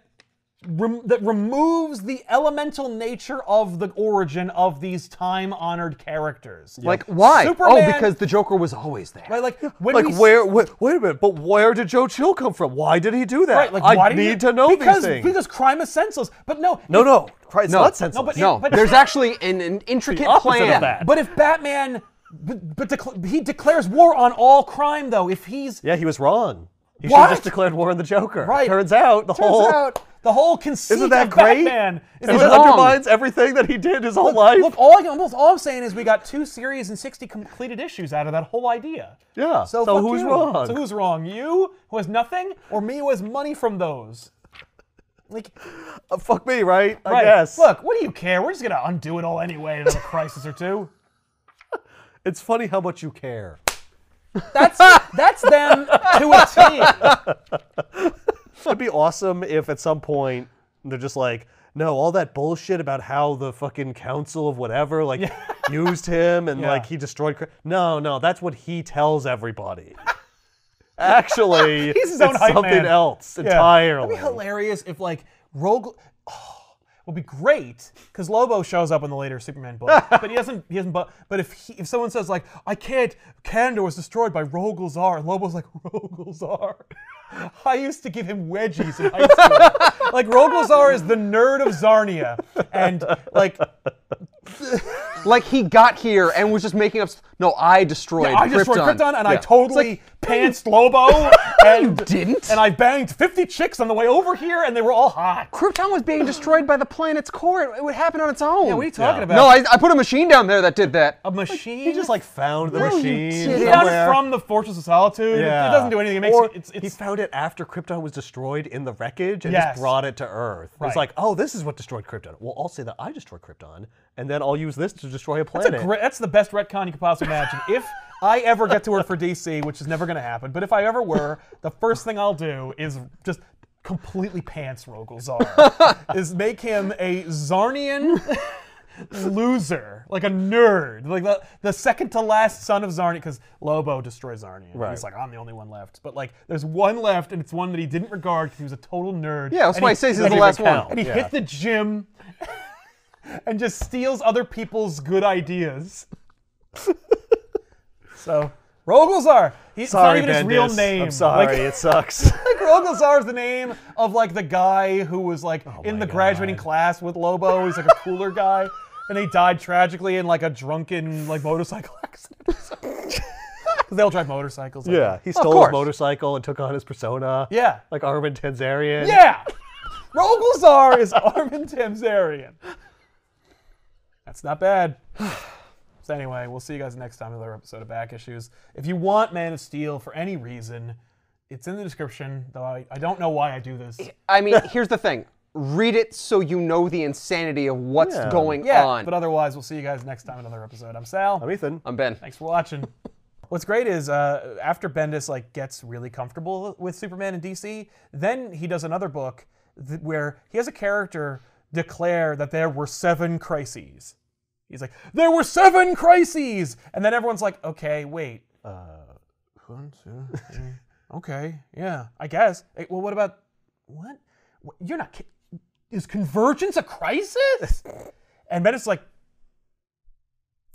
[SPEAKER 1] rem- that removes the elemental nature of the origin of these time-honored characters.
[SPEAKER 3] Like why?
[SPEAKER 1] Superman-
[SPEAKER 3] Oh, because the Joker was always there.
[SPEAKER 1] Right, like when
[SPEAKER 2] Like
[SPEAKER 1] we s-
[SPEAKER 2] where? Wait, wait a minute. But where did Joe Chill come from? Why did he do that?
[SPEAKER 1] right, like
[SPEAKER 2] I
[SPEAKER 1] why do you
[SPEAKER 2] need to know
[SPEAKER 1] because,
[SPEAKER 2] these things.
[SPEAKER 1] because crime is senseless. But no,
[SPEAKER 2] no, no, Christ, it's
[SPEAKER 3] No.
[SPEAKER 2] not senseless.
[SPEAKER 1] No, but-
[SPEAKER 3] no,
[SPEAKER 1] but-
[SPEAKER 3] there's actually an, an intricate
[SPEAKER 2] opposite of
[SPEAKER 3] plan.
[SPEAKER 2] that.
[SPEAKER 1] But if Batman, but, but decl- he declares war on all crime though. If he's
[SPEAKER 2] yeah, he was wrong. He should
[SPEAKER 1] What?
[SPEAKER 2] have just declared war on the Joker.
[SPEAKER 1] Right.
[SPEAKER 2] Turns out the
[SPEAKER 1] turns
[SPEAKER 2] whole
[SPEAKER 1] out the whole conceit
[SPEAKER 2] Isn't that
[SPEAKER 1] of
[SPEAKER 2] great?
[SPEAKER 1] Batman is
[SPEAKER 2] it
[SPEAKER 1] that-
[SPEAKER 3] wrong.
[SPEAKER 2] undermines everything that he did his whole life.
[SPEAKER 1] Look, all, I- almost all I'm saying is we got two series and 60 completed issues out of that whole idea.
[SPEAKER 2] Yeah,
[SPEAKER 1] So,
[SPEAKER 2] so
[SPEAKER 1] fuck
[SPEAKER 2] who's
[SPEAKER 1] you.
[SPEAKER 2] wrong?
[SPEAKER 1] So who's wrong? You, who has nothing, or me, who has money from those? Like,
[SPEAKER 2] Uh, fuck me, right? I
[SPEAKER 1] right.
[SPEAKER 2] guess.
[SPEAKER 1] Look, what do you care? We're just going to undo it all anyway in another crisis or two.
[SPEAKER 2] it's funny how much you care.
[SPEAKER 1] That's that's them to a T.
[SPEAKER 2] It'd be awesome if at some point they're just like, no, all that bullshit about how the fucking council of whatever like used him and
[SPEAKER 1] Yeah.
[SPEAKER 2] like he destroyed. Cra- No, no, that's what he tells everybody. Actually,
[SPEAKER 1] He's his own
[SPEAKER 2] it's
[SPEAKER 1] hype
[SPEAKER 2] something
[SPEAKER 1] man.
[SPEAKER 2] else
[SPEAKER 1] Yeah.
[SPEAKER 2] entirely.
[SPEAKER 1] It'd be hilarious if, like, Rogue. Oh, would be great because Lobo shows up in the later Superman book, but he doesn't. He doesn't. But but if he, if someone says like, I can't, Kandor was destroyed by Rogelzar, and Lobo's like, Rogelzar. I used to give him wedgies in high school. like Rogelzar is the nerd of Zarnia, and like
[SPEAKER 3] Like he got here and was just making up. s- No, I destroyed.
[SPEAKER 1] I destroyed Krypton, and I
[SPEAKER 3] Yeah.
[SPEAKER 1] totally pantsed Lobo, and
[SPEAKER 3] didn't.
[SPEAKER 1] and I banged fifty chicks on the way over here, and they were all hot.
[SPEAKER 3] Krypton was being destroyed by the planet's core. It, it would happen on its own.
[SPEAKER 1] Yeah, what are you talking about?
[SPEAKER 3] No, I, I put a machine down there that did that.
[SPEAKER 1] a machine.
[SPEAKER 2] He just like found the
[SPEAKER 3] No, you
[SPEAKER 2] machine.
[SPEAKER 3] didn't.
[SPEAKER 1] He got
[SPEAKER 2] somewhere.
[SPEAKER 1] it from the Fortress of Solitude. It-
[SPEAKER 2] Yeah.
[SPEAKER 1] It doesn't do anything. It makes
[SPEAKER 2] Or
[SPEAKER 1] it's
[SPEAKER 2] he
[SPEAKER 1] it's
[SPEAKER 2] found it after Krypton was destroyed in the wreckage and
[SPEAKER 1] Yes.
[SPEAKER 2] just brought it to Earth. It was
[SPEAKER 1] Right.
[SPEAKER 2] like, oh, this is what destroyed Krypton. Well, I'll say that I destroyed Krypton, and then I'll use this to destroy a planet.
[SPEAKER 1] that's, a great, that's the best retcon you could possibly imagine. if I ever get to work for DC, which is never going to happen, but if I ever were, the first thing I'll do is just completely pants Rogel Zar. is make him a Zarnian loser, like a nerd, like the, the second to last son of Zarnia, because Lobo destroys Zarnia. Right. He's like, I'm the only one left. But like, there's one left, and it's one that he didn't regard because he was a total nerd.
[SPEAKER 3] Yeah, that's
[SPEAKER 1] And
[SPEAKER 3] why he says he's
[SPEAKER 1] and
[SPEAKER 3] the last
[SPEAKER 2] recount.
[SPEAKER 3] one.
[SPEAKER 1] and he hit the gym and just steals other people's good ideas. so Rogelzar, he's
[SPEAKER 2] sorry,
[SPEAKER 1] not even his
[SPEAKER 2] Bendis.
[SPEAKER 1] real name.
[SPEAKER 2] I'm sorry,
[SPEAKER 1] Like,
[SPEAKER 2] it sucks.
[SPEAKER 1] like Rogelzar is the name of like the guy who was like
[SPEAKER 2] Oh
[SPEAKER 1] in the graduating class with Lobo. He's like a cooler guy. And he died tragically in like a drunken like motorcycle accident. Because they all drive motorcycles. I
[SPEAKER 2] yeah,
[SPEAKER 1] think.
[SPEAKER 2] he stole
[SPEAKER 3] course.
[SPEAKER 2] his motorcycle and took on his persona.
[SPEAKER 1] Yeah.
[SPEAKER 2] like Armin Tanzarian.
[SPEAKER 1] Yeah! Rogelzar is Armin Tamsarian. That's not bad. So anyway, we'll see you guys next time with another episode of Back Issues. If you want Man of Steel for any reason, it's in the description, though I, I don't know why I do this.
[SPEAKER 3] I mean, here's the thing. Read it so you know the insanity of what's
[SPEAKER 2] Yeah.
[SPEAKER 3] going
[SPEAKER 1] Yeah,
[SPEAKER 3] on.
[SPEAKER 1] but otherwise, we'll see you guys next time in another episode. I'm Sal.
[SPEAKER 2] I'm Ethan.
[SPEAKER 3] I'm Ben.
[SPEAKER 1] Thanks for watching. What's great is uh, after Bendis like gets really comfortable with Superman and DC, then he does another book th- where he has a character declare that there were seven crises. He's like, there were seven crises, and then everyone's like, okay, wait, one, two, three. okay, yeah, I guess. Eh, Well, what about what? Wh- You're not. ki- Is convergence a crisis? And Bennett's like,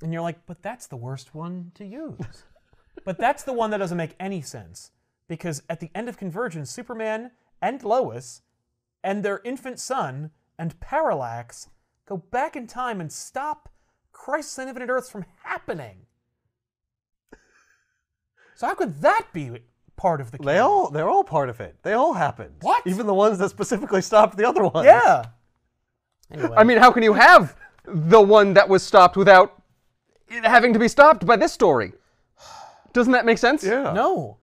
[SPEAKER 1] and you're like, but that's the worst one to use. but that's the one that doesn't make any sense because at the end of convergence, Superman and Lois and their infant son and Parallax go back in time and stop Christ's and Infinite Earths from happening. So how could that be part of the?
[SPEAKER 2] They
[SPEAKER 1] canon?
[SPEAKER 2] all they're all part of it. They all happened.
[SPEAKER 1] What?
[SPEAKER 2] Even the ones that specifically stopped the other ones.
[SPEAKER 1] Yeah. Anyway.
[SPEAKER 3] I mean, how can you have the one that was stopped without it having to be stopped by this story? Doesn't that make sense?
[SPEAKER 2] Yeah.
[SPEAKER 1] no.